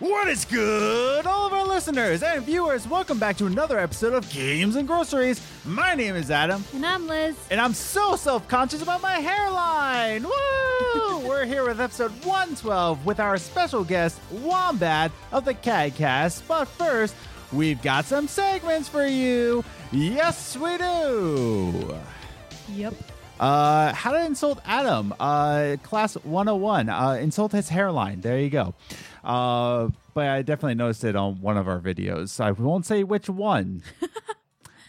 What is good, all of our listeners and viewers? Welcome back to another episode of Games and Groceries. My name is Adam, And I'm Liz. and I'm so self conscious about my hairline. Woo! We're here with episode 112 with our special guest, Wombat of the CADcast. But first, we've got some segments for you. Yes, we do. Yep. Uh, how to insult Adam? Uh, class 101. Uh, insult his hairline. There you go. Uh, but I definitely noticed it on one of our videos. I won't say which one.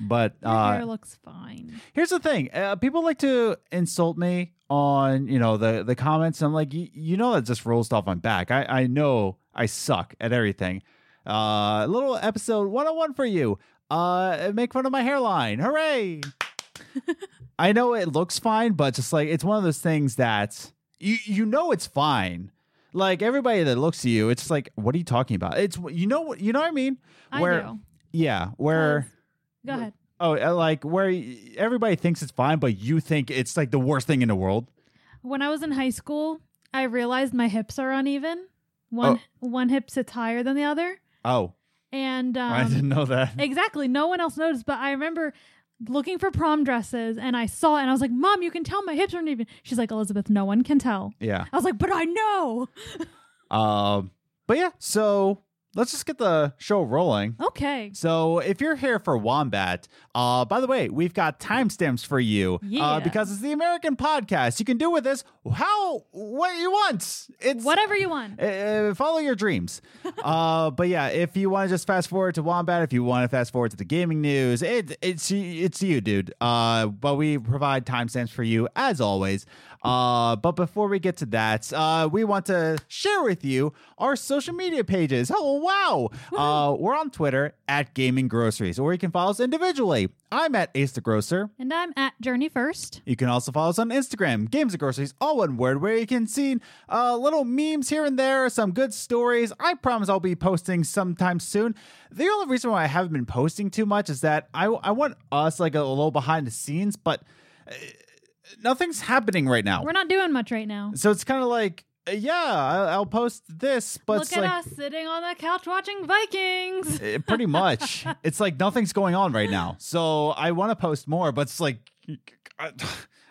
but Your uh, hair looks fine. here's the thing: uh, people like to insult me on you know the the comments. I'm like, "Y- you know, that just rolls off my back. I I know I suck at everything. Uh, little episode 101 for you. Uh, make fun of my hairline. Hooray! I know it looks fine, but just like it's one of those things that you you know it's fine. Like everybody that looks at you, it's like, what are you talking about? It's you know what you know what I mean. I Where know. yeah, where. Liz, Go ahead. Oh, uh, like where y- everybody thinks it's fine, but you think it's like the worst thing in the world. When I was in high school, I realized my hips are uneven. One one hip sits higher than the other, Oh, and I um, didn't know that. exactly, no one else noticed. But I remember looking for prom dresses, and I saw, it and I was like, "Mom, you can tell my hips are uneven." She's like, "Elizabeth, no one can tell." yeah. I was like, "But I know." Um. But yeah. So let's just get the show rolling. Okay. So if you're here for Wombat, uh, by the way, we've got timestamps for you. Uh, Yeah. because it's the American podcast. You can do with this how what you want. It's Whatever you want. Uh, follow your dreams. uh, but yeah, if you want to just fast forward to Wombat, if you want to fast forward to the gaming news, it, it's it's you, dude. Uh, but we provide timestamps for you as always. Uh, but before we get to that, uh, we want to share with you our social media pages. Oh wow! Uh, we're on Twitter at Gaming Groceries, or you can follow us individually. I'm at Ace the Grocer. And I'm at Journey First. You can also follow us on Instagram, Games and Groceries, all one word, where you can see uh, little memes here and there, some good stories. I promise I'll be posting sometime soon. The only reason why I haven't been posting too much is that I, I want us like a, little behind the scenes, but uh, nothing's happening right now. We're not doing much right now. So it's kind of like, uh, yeah, I- I'll post this, but Look it's at like, us sitting on the couch watching Vikings. Eh, pretty much. it's like nothing's going on right now. So I want to post more, but it's like I,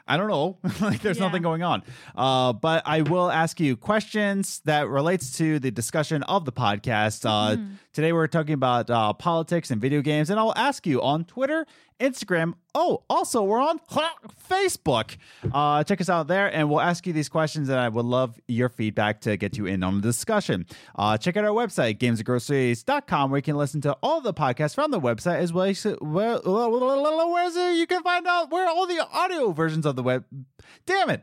I don't know. like there's Yeah. nothing going on. Uh, but I will ask you questions that relates to the discussion of the podcast. Uh, Today we're talking about uh, politics and video games, and I'll ask you on Twitter, Instagram. Oh, also we're on Facebook. Uh, check us out there, and we'll ask you these questions. And I would love your feedback to get you in on the discussion. Uh, check out our website, gamesandgroceries.com, where you can listen to all the podcasts from the website as well. as Where, where's it? You can find out where all the audio versions of the web. Damn it!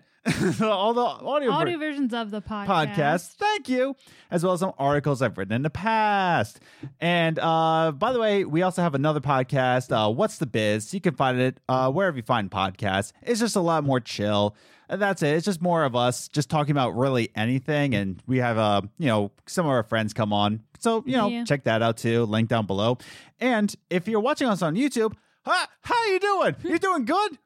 all the audio, ver- audio versions of the podcast. podcast. Thank you. As well as some articles I've written in the past. And uh, by the way, we also have another podcast, uh, What's the Biz? You can find it uh, wherever you find podcasts. It's just a lot more chill. And that's it. It's just more of us just talking about really anything. And we have, uh, you know, some of our friends come on. So, you know, Yeah. check that out too. Link down below. And if you're watching us on YouTube, hi, how you doing? You doing good?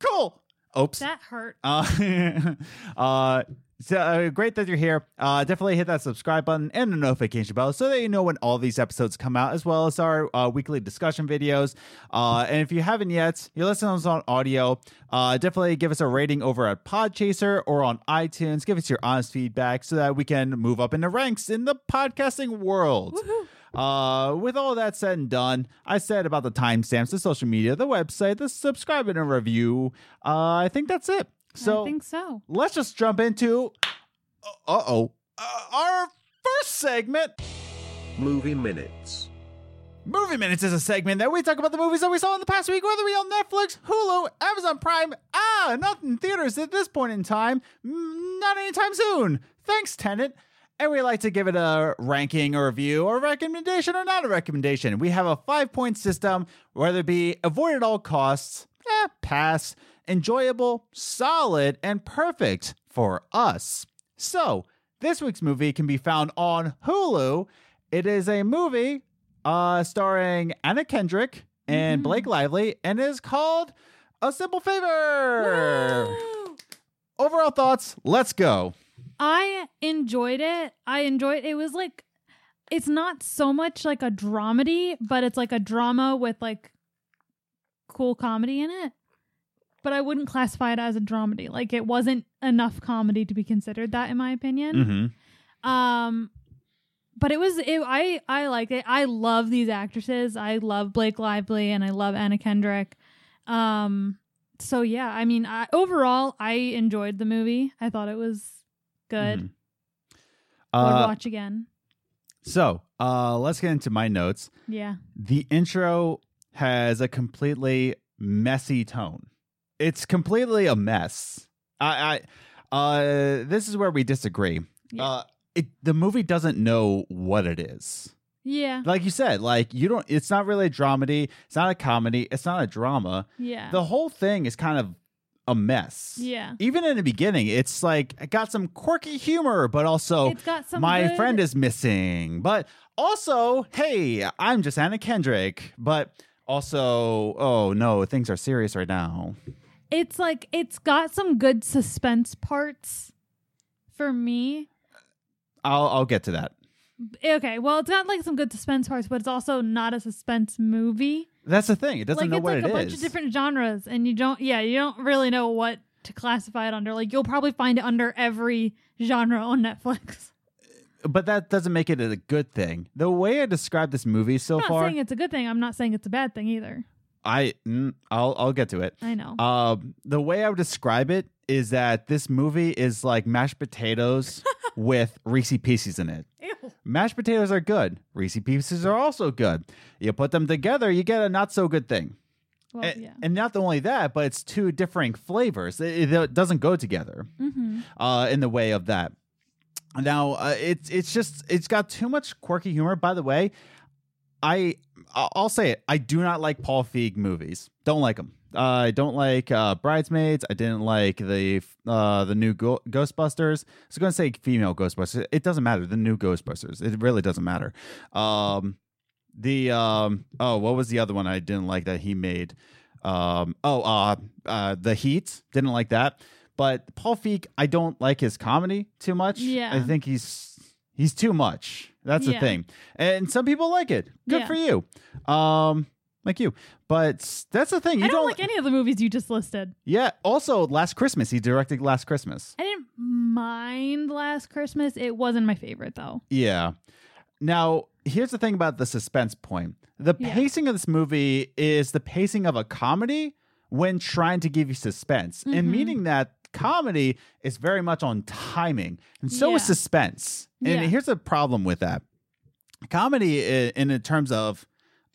Cool. Oops. That hurt. Uh, uh, so uh, great that you're here. Uh, definitely hit that subscribe button and the notification bell so that you know when all these episodes come out, as well as our uh, weekly discussion videos. Uh, and if you haven't yet, you're listening to us on audio. Uh, definitely give us a rating over at Podchaser or on iTunes. Give us your honest feedback so that we can move up in the ranks in the podcasting world. Uh, with all that said and done, I said about the timestamps, the social media, the website, the subscribe and a review. Uh, I think that's it. So I think so. let's just jump into uh oh uh, our first segment. Movie Minutes. Movie Minutes is a segment that we talk about the movies that we saw in the past week, whether we on Netflix, Hulu, Amazon Prime, ah, not in theaters at this point in time, Mm, not anytime soon. Thanks, Tenant. And we like to give it a ranking or review or recommendation or not a recommendation. We have a five point system, whether it be avoid at all costs, eh, pass, enjoyable, solid, and perfect for us. So, this week's movie can be found on Hulu. It is a movie uh, starring Anna Kendrick and Blake Lively, and is called A Simple Favor. Overall thoughts, let's go. I enjoyed it. I enjoyed it. was like it's not so much like a dramedy, but it's like a drama with like cool comedy in it. But I wouldn't classify it as a dramedy. Like it wasn't enough comedy to be considered that, in my opinion. Mm-hmm. Um, but it was it, I I liked it. I love these actresses. I love Blake Lively and I love Anna Kendrick. Um, so yeah, I mean, I, overall, I enjoyed the movie. I thought it was good. Mhm. I would Uh, watch again. so uh, let's get into my notes. Yeah, The intro has a completely messy tone. It's completely a mess. I, I uh, this is where we disagree. Yeah. Uh, it, the movie doesn't know what it is. yeah, Like you said, like you don't. It's not really a dramedy. It's not a comedy. It's not a drama. yeah, The whole thing is kind of a mess. yeah. Even in the beginning, it's like it got some quirky humor, but also it's got some. Oh, my good- friend is missing. But also, hey, I'm just Anna Kendrick. But also, oh no, things are serious right now. It's like it's got some good suspense parts for me. I'll I'll get to that. Okay, well, it's got like some good suspense parts, but it's also not a suspense movie. That's the thing. It doesn't like know it's what like it a bunch is. of different genres and you don't yeah you don't really know what to classify it under like you'll probably find it under every genre on netflix but that doesn't make it a good thing. The way I describe this movie so i'm not far, saying it's a good thing i'm not saying it's a bad thing either I mm, I'll I'll get to it. i know Um, the way I would describe it is that this movie is like mashed potatoes with Reese Pieces in it. Ew. Mashed potatoes are good. Reese Pieces are also good. You put them together, you get a not so good thing. well and, yeah and not only that, but it's two differing flavors. It, it doesn't go together hmm uh, in the way of that. Now uh, it's it's just it's got too much quirky humor. By the way, I I- I'll say it. I do not like Paul Feig movies. Don't like them. Uh, I don't like uh, Bridesmaids. I didn't like the uh, the new Go- Ghostbusters. I was going to say female Ghostbusters. It doesn't matter. The new Ghostbusters. It really doesn't matter. Um, the um, oh, what was the other one I didn't like that he made? Um, oh, uh, uh, the Heat. Didn't like that. But Paul Feig, I don't like his comedy too much. Yeah. I think he's he's too much. That's the Yeah. thing. And some people like it. Good Yeah. for you. Um, like you. But that's the thing. You i don't like any of the movies you just listed Yeah. Also, Last Christmas, he directed Last Christmas. i didn't mind last christmas it wasn't my favorite though Yeah. Now, here's the thing about the suspense point. The Yeah. pacing of this movie is the pacing of a comedy when trying to give you suspense. And Mhm. meaning that comedy is very much on timing, and so is Yeah. suspense. And Yeah. here's the problem with that. Comedy i- in, in terms of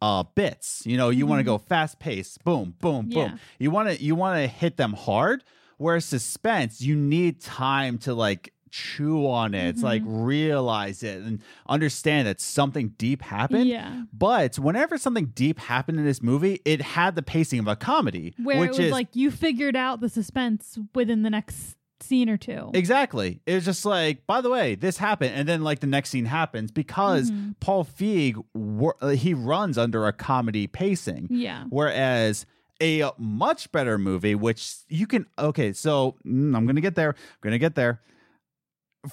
uh bits, you know, you want to go Mhm. fast paced, boom, boom, Yeah. boom. You want to you want to hit them hard. Whereas suspense, you need time to like chew on it. It's like Mm-hmm. realize it and understand that something deep happened. yeah But whenever something deep happened in this movie, it had the pacing of a comedy, where which it was is like you figured out the suspense within the next scene or two exactly. It was just like, by the way, this happened, and then like the next scene happens because Mhm. Paul Feig wor- uh, he runs under a comedy pacing. yeah Whereas a much better movie, which you can okay, so mm, I'm gonna get there. I'm gonna get there.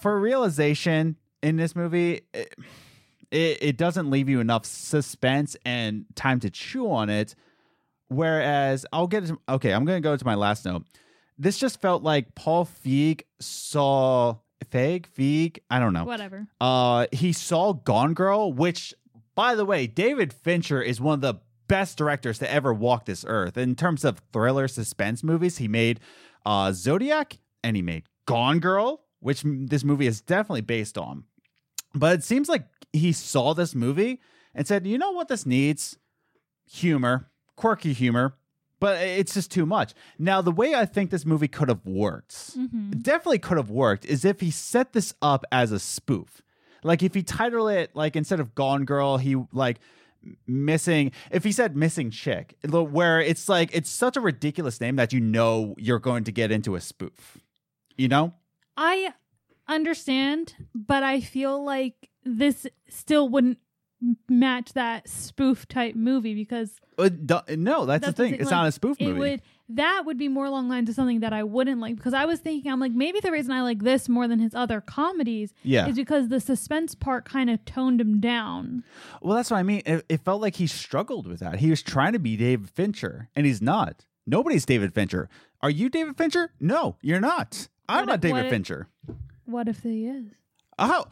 For realization in this movie, it, it, it doesn't leave you enough suspense and time to chew on it. Whereas I'll get to, okay, I'm gonna go to my last note. This just felt like Paul Feig saw Feig Feig. I don't know. whatever Uh, he saw Gone Girl, which, by the way, David Fincher is one of the best directors to ever walk this earth in terms of thriller suspense movies. He made uh, Zodiac and he made Gone Girl, which m- this movie is definitely based on. But it seems like he saw this movie and said, "You know what this needs? Humor, quirky humor." But it's just too much. Now, the way I think this movie could have worked, hmm definitely could have worked is if he set this up as a spoof. Like if he titled it like instead of Gone Girl, he like m- missing if he said missing chick the- where it's like it's such a ridiculous name that you know you're going to get into a spoof you know I understand, but I feel like this still wouldn't m- match that spoof type movie because It do- no that's, That's Uh, the the thing thing, it's like, not a spoof it movie would that would be more along the lines of something that I wouldn't like because I was thinking I'm like maybe the reason I like this more than his other comedies Yeah. is because the suspense part kind of toned him down. Well, that's what I mean. It, it felt like he struggled with that. He was trying to be David Fincher, and he's not. Nobody's David Fincher. Are you David Fincher? No, you're not. I'm What not if- David what if- Fincher. What if he is? Oh,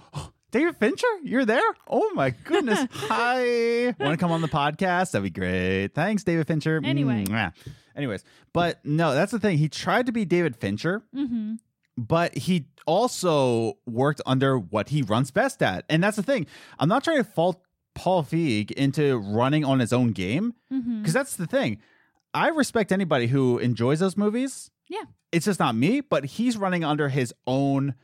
David Fincher, you're there? Oh my goodness. Hi. Want to come on the podcast? That'd be great. Thanks, David Fincher. Mm, Anyway. Mwah. Anyways, but no, that's the thing. He tried to be David Fincher, Mm-hmm. but he also worked under what he runs best at. And that's the thing. I'm not trying to fault Paul Feig into running on his own game Mm-hmm. because that's the thing. I respect anybody who enjoys those movies. Yeah. It's just not me, but he's running under his own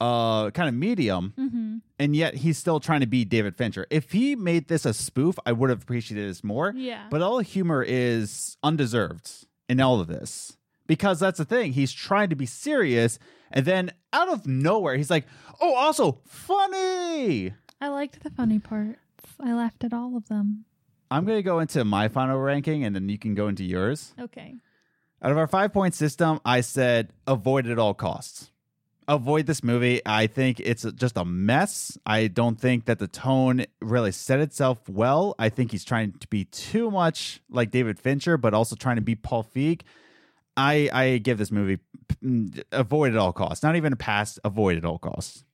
uh kind of medium Mm-hmm. and yet he's still trying to be David Fincher. If he made this a spoof, I would have appreciated this more. Yeah. But all humor is undeserved in all of this because that's the thing. He's trying to be serious, and then out of nowhere, he's like, "Oh, also funny." I liked the funny parts. I laughed at all of them. I'm gonna go into my final ranking, and then you can go into yours. Okay. Out of our five point system, I said avoid at all costs. Avoid this movie. I think it's just a mess. I don't think that the tone really set itself well. I think he's trying to be too much like David Fincher, but also trying to be Paul Feig. I I give this movie mm, avoid at all costs. Not even a pass. Avoid at all costs.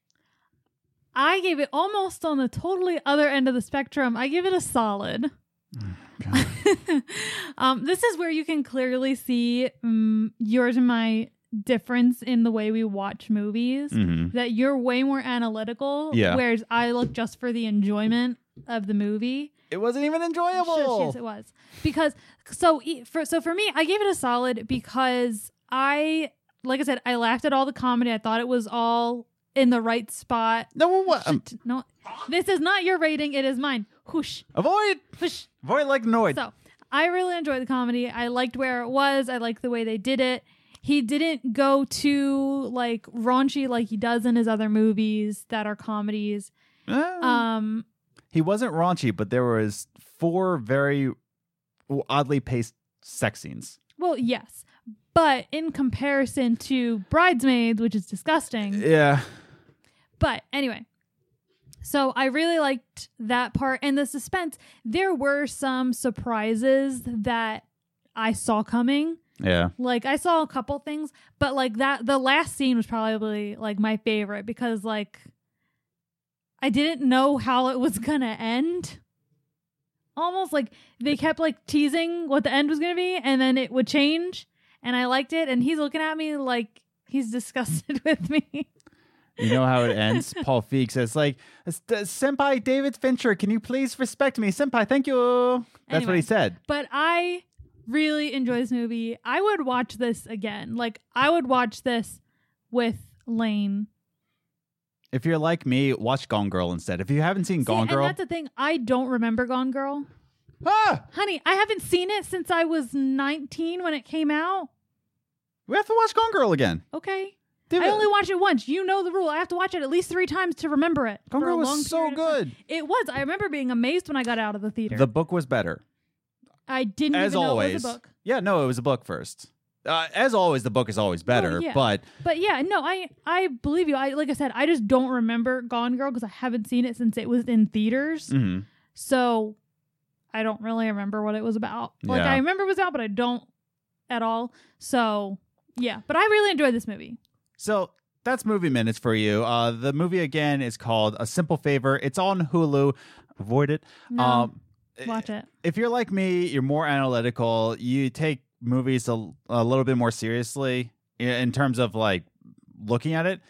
I gave it almost on the totally other end of the spectrum. I give it a solid. um, this is where you can clearly see um, yours and my difference in the way we watch movies. Mm-hmm. That you're way more analytical, Yeah. whereas I look just for the enjoyment of the movie. It wasn't even Shush, yes, enjoyable. it was because so e- for so for me, I gave it a solid because I, like I said, I laughed at all the comedy. I thought it was all in the right spot. No, well, what? Um, Shit, no, this is not your rating. It is mine. Whoosh, avoid. whoosh. Avoid like Noid. So I really enjoyed the comedy. I liked where it was. I liked the way they did it. He didn't go too like raunchy like he does in his other movies that are comedies. Eh. Um, He wasn't raunchy, but there was four very oddly paced sex scenes. well, yes, but in comparison to Bridesmaids, which is disgusting. Yeah. But anyway, so I really liked that part and the suspense. There were some surprises that I saw coming. Yeah. Like I saw a couple things, but like that the last scene was probably like my favorite because like I didn't know how it was going to end. Almost like they kept like teasing what the end was going to be and then it would change and I liked it and he's looking at me like he's disgusted with me. You know how it ends? Paul Feig says, like, Senpai David Fincher, can you please respect me? Senpai, thank you. That's what Anyway. he said. but I really enjoy this movie. I would watch this again. Like I would watch this with Lane. If you're like me, watch Gone Girl instead. If you haven't seen See, Gone Girl, And that's the thing. I don't remember Gone Girl. ah, Honey, I haven't seen it since I was 19 when it came out. we have to watch Gone Girl again. Okay. David- I only watch it once. You know the rule. I have to watch it at least three times to remember it. Gone for a Girl long was so period of time. good. It was. I remember being amazed when I got out of the theater. The book was better, I didn't as even know always. it was a book. Yeah, no, it was a book first. Uh, as always, the book is always better, yeah. but But yeah, no, I I believe you. I like I said, I just don't remember Gone Girl because I haven't seen it since it was in theaters. mhm. So I don't really remember what it was about. Like Yeah. I remember it was out, but I don't at all. So yeah, but I really enjoyed this movie. So that's movie minutes for you. Uh, the movie again is called A Simple Favor. It's on Hulu. Avoid it. No, Um, watch it. if you're like me, you're more analytical. You take movies a, a little bit more seriously i- in terms of like looking at it.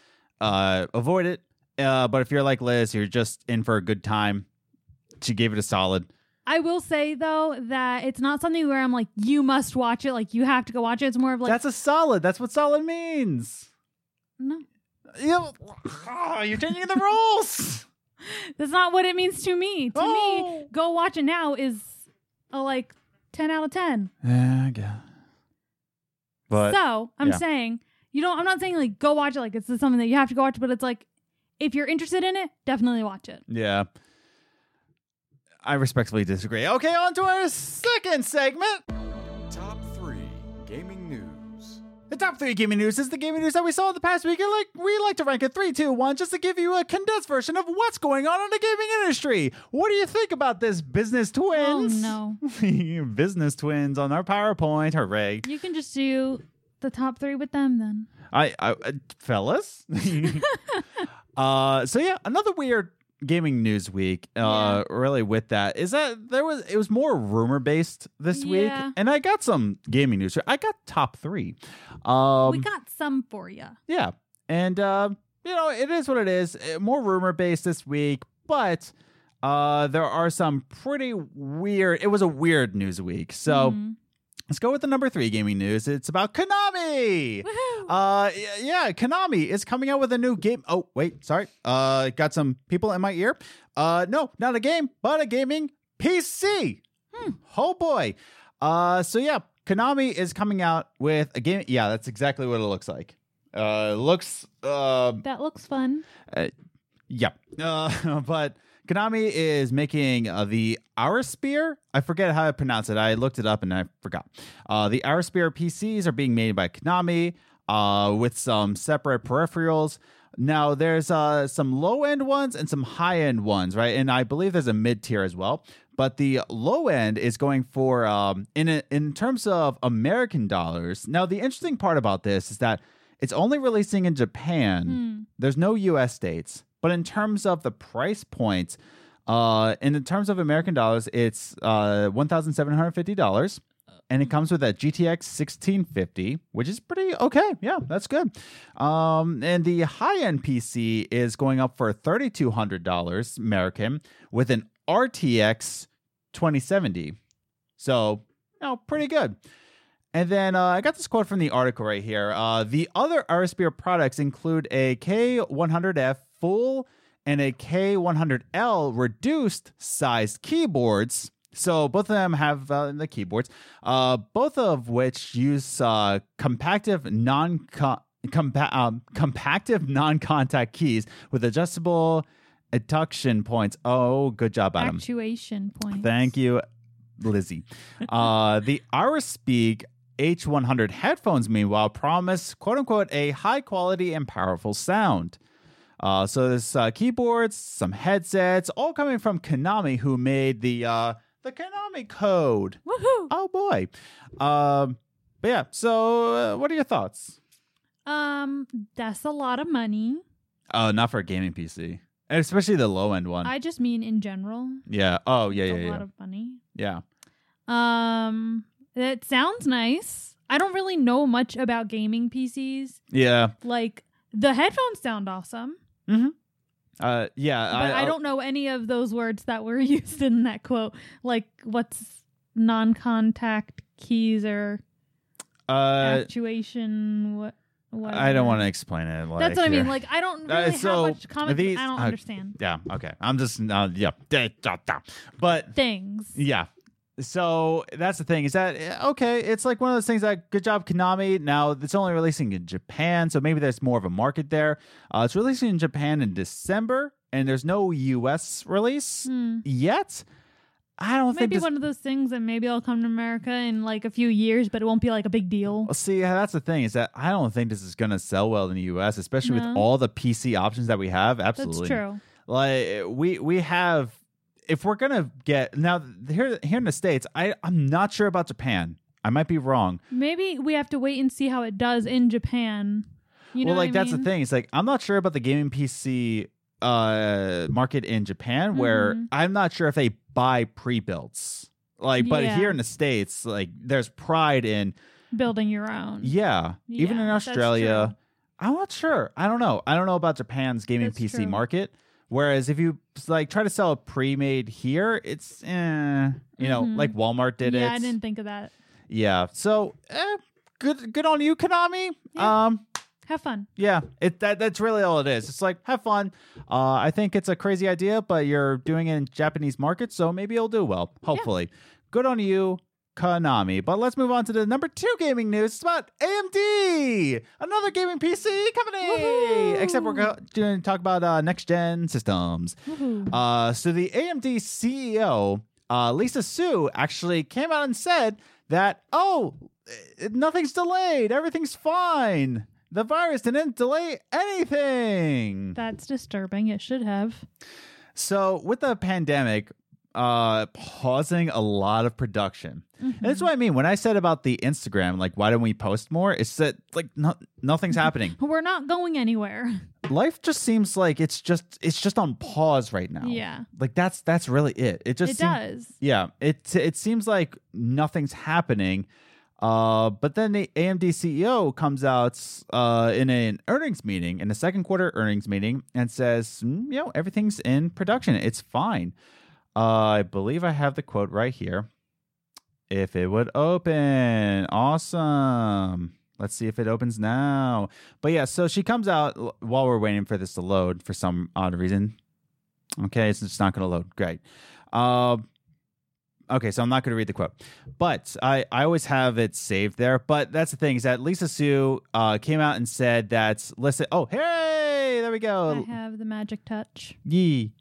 Uh, avoid it. Uh, but if you're like Liz, you're just in for a good time. She gave it a solid. I will say though that it's not something where I'm like, you must watch it, like you have to go watch it. It's more of like That's a solid. That's what solid means. no. You, oh, you're changing the rules. That's not what it means to me. To Oh. me, go watch it now is a like ten out of ten. Yeah, I guess. But so I'm yeah. saying you don't. I'm not saying like go watch it. Like it's something that you have to go watch. But it's like if you're interested in it, definitely watch it. Yeah. I respectfully disagree. Okay, on to our second segment. Top three Gaming news. The top three gaming news is the gaming news that we saw in the past week, and like we like to rank it three, two, one, just to give you a condensed version of what's going on in the gaming industry. What do you think about this, business twins? Oh no. no, business twins on our PowerPoint, hooray! You can just do the top three with them then. I, I uh, fellas. uh, so yeah, another weird gaming news week. Uh, really with that is that there was it was more rumor based this Yeah. week, and I got some gaming news. I got top three. Um, we got some for you. yeah, and uh, you know it is what it is. Uh, More rumor based this week, but. Uh, there are some pretty weird. It was a weird news week, so Mm-hmm. Hmm. let's go with the number three gaming news. It's about Konami. Uh, y- yeah, Konami is coming out with a new game. Oh, wait, sorry. Uh, got some people in my ear. Uh, no, not a game, but a gaming PC. Oh boy. Uh, so yeah, Konami is coming out with a game. Yeah, that's exactly what it looks like. Uh, it looks um, that looks fun. yeah. Uh, but Konami is making uh, the Our Spear. I forget how I pronounce it. I looked it up and I forgot. Uh, the Our Spear PCs are being made by Konami uh, with some separate peripherals. Now there's uh, some low end ones and some high end ones, right? And I believe there's a mid tier as well. But the low end is going for um, in a, in terms of American dollars. Now the interesting part about this is that it's only releasing in Japan. Hmm. There's no US dates, but in terms of the price point, uh, and in terms of American dollars, it's uh, $1,750. And it comes with a GTX 1650, which is pretty okay. Yeah, that's good. Um, and the high end PC is going up for $3,200 American with an RTX 2070. So, you know, pretty good. And then uh, I got this quote from the article right here. Uh, the other Arispear products include a K100F full and a K100L reduced sized keyboards. So both of them have uh, the keyboards, uh, both of which use uh, compactive non compa- um, compactive non contact keys with adjustable adduction points. Oh, good job, Adam. Actuation point. Thank you, Lizzie. Uh, the Arispeak H100 headphones, meanwhile, promise "quote unquote" a high quality and powerful sound. Uh, so there's uh, keyboards, some headsets, all coming from Konami, who made the uh, the Konami code. Woohoo! Oh boy! Um, but yeah, so uh, what are your thoughts? Um, that's a lot of money. Uh, Oh, not for a gaming PC, and especially the low end one. I just mean in general. yeah. Oh, yeah, It's yeah, a yeah, lot of money. yeah. Um, that sounds nice. I don't really know much about gaming PCs. Yeah. Like the headphones sound awesome, Uh, yeah. but I, don't know any of those words that were used in that quote. Like what's non-contact keys or Uh, actuation? What? What? I don't want to explain it. Like, That's what I mean. yeah. Like I don't Uh, really have so, much comment. these- I don't uh, understand yeah, okay. I'm just, uh, yeah, da- da- da. but things. yeah. So that's the thing is that eh, okay? It's like one of those things that good job Konami. Now it's only releasing in Japan, so maybe there's more of a market there. Uh, it's releasing in Japan in December, and there's no U.S. release Hmm. yet. I don't think Maybe this one of those things that maybe I'll come to America in like a few years, but it won't be like a big deal. Well, see, that's the thing is that I don't think this is going to sell well in the U.S., especially No. with all the PC options that we have. That's Absolutely, true. Like we we have, if we're gonna get now here here in the states, I I'm not sure about Japan. I might be wrong. Maybe we have to wait and see how it does in Japan. You know, well, what like I that's the mean? thing. It's like I'm not sure about the gaming PC uh market in Japan, where Mhm. I'm not sure if they buy pre-builts. Like, but Yeah. here in the states, like there's pride in Building your own. Yeah, even Yeah, in that's Australia, I'm not sure. I don't know. I don't know about Japan's gaming That's PC true. market. Whereas if you like try to sell a pre-made here, it's eh, you know Mhm. like Walmart did yeah, it. I didn't think of that. Yeah, so eh, good good on you, Konami. Yeah. Um, Have fun. yeah, it that that's really all it is. It's like have fun. Uh, I think it's a crazy idea, but you're doing it in Japanese market, so maybe it'll do well. Hopefully, good on you, Konami. But let's move on to the number two gaming news. It's about AMD, another gaming PC company. Woohoo! Except we're go- doing talk about uh, next gen systems. Woohoo. Uh, so the AMD E CEO, uh, Lisa Su, actually came out and said that, oh, eh, nothing's delayed. Everything's fine. The virus didn't delay anything. That's disturbing. It should have. So with the pandemic, uh, pausing a lot of production. And Mm-hmm. that's what I mean when I said about the Instagram, like why don't we post more? It's that like no- nothing's happening. We're not going anywhere. Life just seems like it's just it's just on pause right now. Yeah. like that's that's really it. It just it seem- does. yeah. It it seems like nothing's happening. Uh, but then the AMD CEO E comes out uh, in an earnings meeting, in a second quarter earnings meeting, and says, "Mm, you know, everything's in production. It's fine. Uh, I believe I have the quote right here. If it would open, awesome. Let's see if it opens now. But yeah, so she comes out l- while we're waiting for this to load for some odd reason. Okay, it's just not going to load. Great. Um, okay, so I'm not going to read the quote, but I, I always have it saved there. But that's the thing is that Lisa Sue uh, came out and said that listen. Oh, hey, there we I go. have the magic touch. Yee.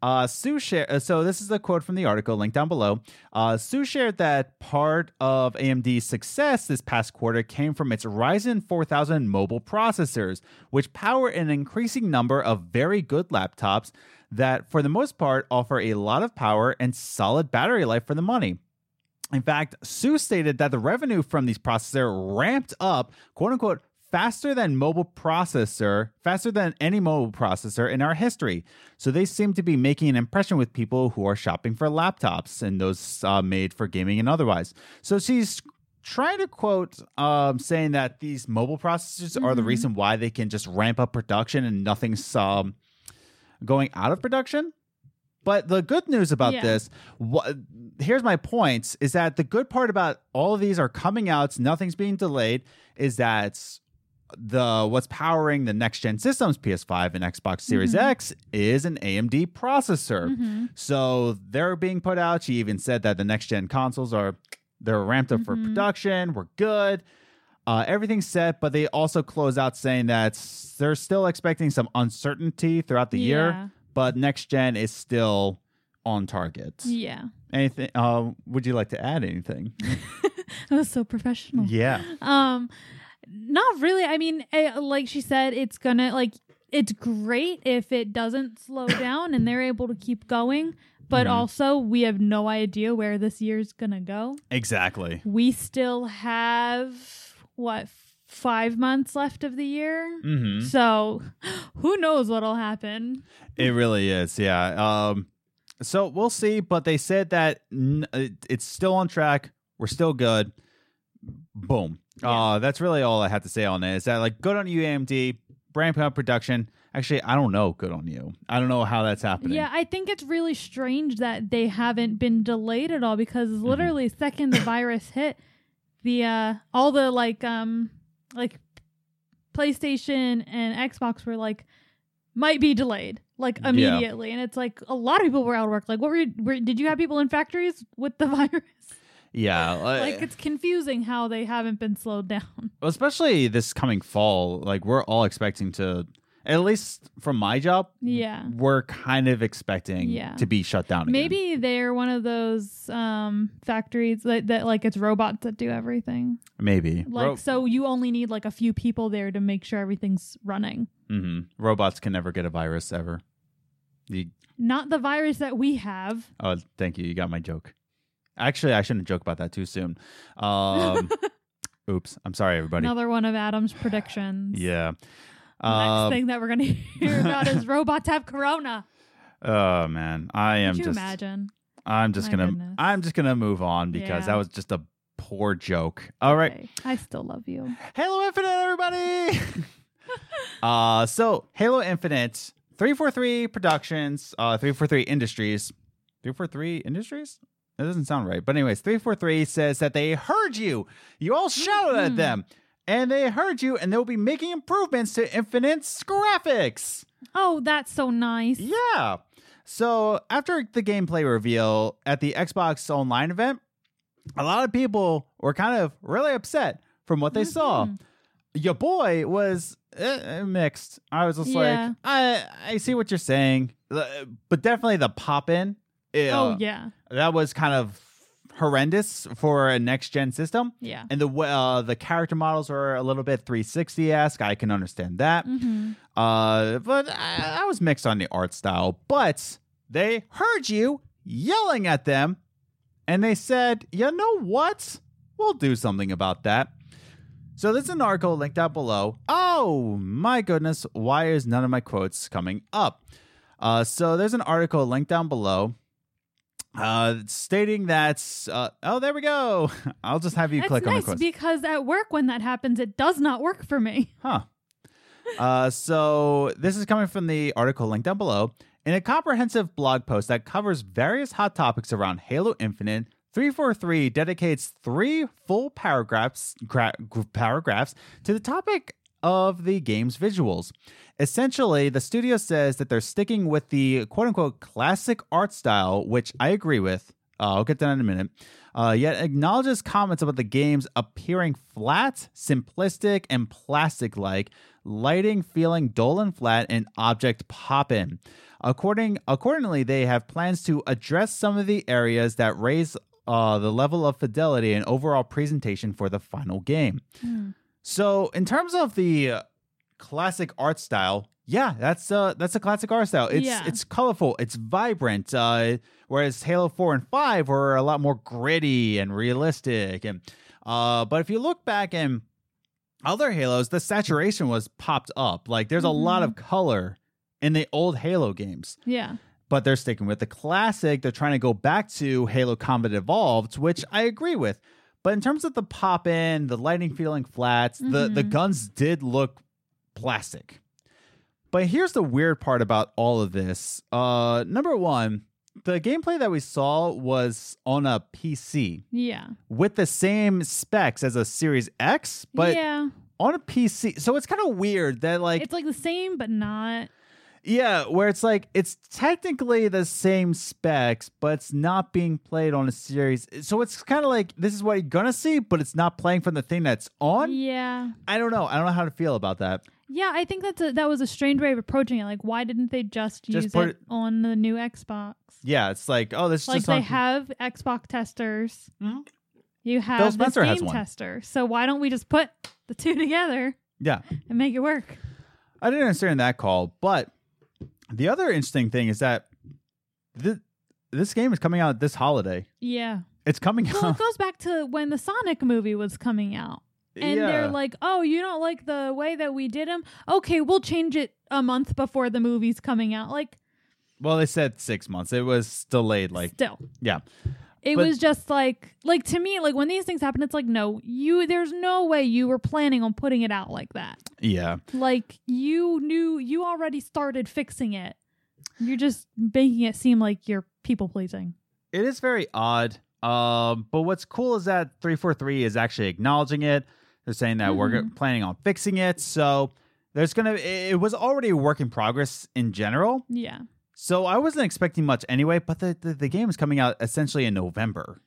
Uh, Sue share, uh, so this is a quote from the article linked down below. Uh, Sue shared that part of AMD's success this past quarter came from its Ryzen 4000 mobile processors, which power an increasing number of very good laptops that, for the most part, offer a lot of power and solid battery life for the money. In fact, Sue stated that the revenue from these processor ramped up, quote unquote, faster than mobile processor, faster than any mobile processor in our history. So they seem to be making an impression with people who are shopping for laptops and those uh, made for gaming and otherwise. So she's trying to quote um, saying that these mobile processors are the reason why they can just ramp up production and nothing's um, going out of production. But the good news about Yeah. this, wha- here's my point, is that the good part about all of these are coming out, nothing's being delayed, is that the what's powering the next gen systems PS5 and Xbox Series X is an AMD Mm-hmm. processor. So they're being put out. She even said that the next gen consoles are they're ramped up for Mhm. production. We're good. Uh, everything's set, but they also close out saying that s- they're still expecting some uncertainty throughout the year, but next gen is still on target. Yeah. Anything? Uh, would you like to add anything? That was so professional. yeah. Um, not really. I mean, eh, like she said, it's gonna like it's great if it doesn't slow down and they're able to keep going. But Mhm. also, we have no idea where this year's gonna go. Exactly. We still have what five months left of the year. Mm-hmm. So, who knows what'll happen? It really is, yeah. Um, so we'll see, but they said that n- it- it's still on track. We're still good. Boom. Uh, that's really all I have to say on it. Is that like good on you, AMD? Ramp up production. Actually, I don't know. Good on you. I don't know how that's happening. Yeah, I think it's really strange that they haven't been delayed at all because Mm-hmm. literally second the virus hit, the uh all the like um like PlayStation and Xbox were like might be delayed like Yeah. immediately and it's like a lot of people were out of work like what were you were, did you have people in factories with the virus Oh, yeah. uh, like it's confusing how they haven't been slowed down Well, especially this coming fall like we're all expecting to at least from my job Yeah. we're kind of expecting Yeah. to be shut down again. maybe they're one of those um factories that, that like it's robots that do everything maybe Like Ro- so you only need like a few people there to make sure everything's running. Mhm. robots can never get a virus ever You- Not the virus that we have. oh thank you you got my joke actually i shouldn't joke about that too soon um oops i'm sorry everybody Another one of Adam's predictions. yeah The next um, thing that we're gonna hear about is robots have corona. oh man i am Could you just imagine? i'm just My gonna goodness. i'm just gonna move on because Yeah. that was just a poor joke all right Okay. I still love you. Halo Infinite, everybody. uh, so Halo Infinite, three four three Productions, uh, three four three Industries, three four three Industries. That doesn't sound right, but anyways, three four three says that they heard you. You all shouted at Mhm. them, and they heard you, and they'll be making improvements to Infinite's graphics. Oh, that's so nice. Yeah. So after the gameplay reveal at the Xbox Online event, a lot of people were kind of really upset from what they saw. Mhm. Your boy was uh, mixed. I was just Yeah. like, I I see what you're saying, Uh, but definitely the pop in. Oh yeah. that was kind of horrendous for a next gen system. Yeah. And the w- uh, the character models are a little bit 360 esque. I can understand Mm-hmm. that. Uh, but I, I was mixed on the art style. But they heard you yelling at them, and they said, "You know what? We'll do something about that." So there's an article linked out below. Oh my goodness, why is none of my quotes coming up? Uh, so there's an article linked down below uh, stating that. Uh, oh, there we go. I'll just have you That's click on the nice quotes. because at work when that happens, it does not work for me. Huh. Uh, so this is coming from the article linked down below. In a comprehensive blog post that covers various hot topics around Halo Infinite, 343 dedicates three full paragraphs gra- gr- paragraphs to the topic of the game's visuals. Essentially, the studio says that they're sticking with the quote unquote classic art style, which I agree with. Uh, I'll get to that in a minute. Uh, yet acknowledges comments about the games appearing flat, simplistic, and plastic like, lighting feeling dull and flat, and object pop in. According, accordingly, they have plans to address some of the areas that raise uh, the level of fidelity and overall presentation for the final game. So, in terms of the uh, classic art style, yeah, that's uh that's a classic art style. It's Yeah. it's colorful, it's vibrant. Uh, whereas Halo Four and Five were a lot more gritty and realistic. And uh, but if you look back in other Halos, the saturation was popped up. Like there's a lot Mhm. of color in the old Halo games Yeah. but they're sticking with the classic. They're trying to go back to Halo Combat Evolved, which I agree with. But in terms of the pop in, the lighting feeling flat, the, the Mhm. guns did look plastic. But here's the weird part about all of this. Uh, number one, the gameplay that we saw was on a PC Yeah. with the same specs as a Series X, but yeah. on a PC. So it's kind of weird that like it's like the same but not. yeah, where it's like it's technically the same specs, but it's not being played on a series. So it's kind of like this is what you're gonna see, but it's not playing from the thing that's on. Yeah. I don't know. I don't know how to feel about that. Yeah, I think that's a, that was a strange way of approaching it. Like, why didn't they just, Just use put it, it- on the new Xbox? Yeah, it's like oh, this is like just they on- have Xbox testers. Mhm. You have Bill this Spencer has game one. tester. So why don't we just put the two together yeah. and make it work? I didn't understand that call, but the other interesting thing is that th- this game is coming out this holiday. Yeah. It's coming Well, it out. goes back to when the Sonic movie was coming out. And yeah. they're like, "Oh, you don't like the way that we did him? Okay, we'll change it a month before the movie's coming out." Like, well, they said six months. It was delayed. Like still, yeah, it But- was just like like to me like when these things happen it's like no you there's no way you were planning on putting it out like that yeah. like you knew you already started fixing it you're just making it seem like you're people pleasing it is very odd. Um, but what's cool is that 343 is actually acknowledging it. They're saying that we're Mhm. planning on fixing it. So there's gonna. It it was already a work in progress in general. yeah So I wasn't expecting much anyway. But the the, the game is coming out essentially in November,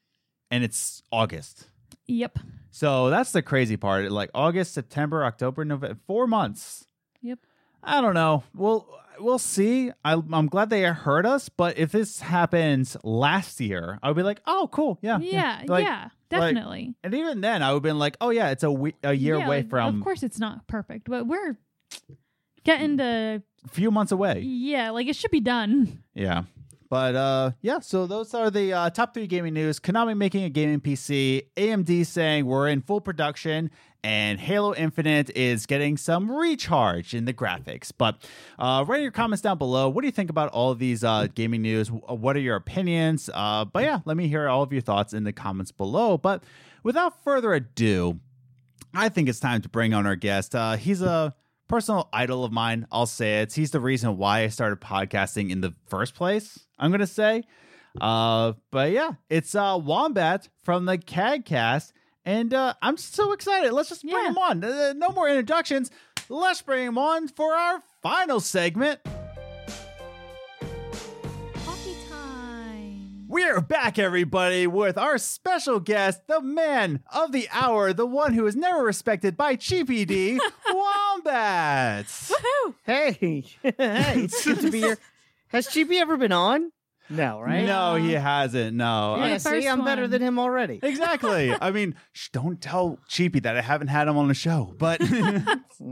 and it's August. yep So that's the crazy part. Like August, September, October, November, four months. Yep. I don't know. We'll we'll see. I, I'm glad they heard us, but if this happens last year, I would be like, oh, cool, yeah, yeah yeah, Like- definitely And even then, I would have been like, oh yeah, it's a we- a year Yeah, away like, of from, course it's not perfect but we're getting to few months away. yeah like it should be done Yeah. But uh, yeah, so those are the uh, top three gaming news. Konami making a gaming PC, AMD saying we're in full production, and Halo Infinite is getting some recharge in the graphics. But uh, write your comments down below. What do you think about all of these uh, gaming news? W- What are your opinions? Uh, but yeah, let me hear all of your thoughts in the comments below. But without further ado, I think it's time to bring on our guest. Uh, he's a personal idol of mine. I'll say it. He's the reason why I started podcasting in the first place. I'm gonna say. Uh, but yeah, it's uh, Wombat from the CADcast, and uh, I'm so excited. Let's just bring Yeah. him on. Uh, no more introductions. Let's bring him on for our final segment. hockey time We're back, everybody, with our special guest, the man of the hour, the one who is never respected by GPD, Wombats. Woohoo! Hey, hey, it's good to be here. Has GB ever been on? No, right? No, he hasn't. No. You're Yeah, the see, first I'm better one. than him already. Exactly. I mean, shh, don't tell Cheapy that I haven't had him on the show, but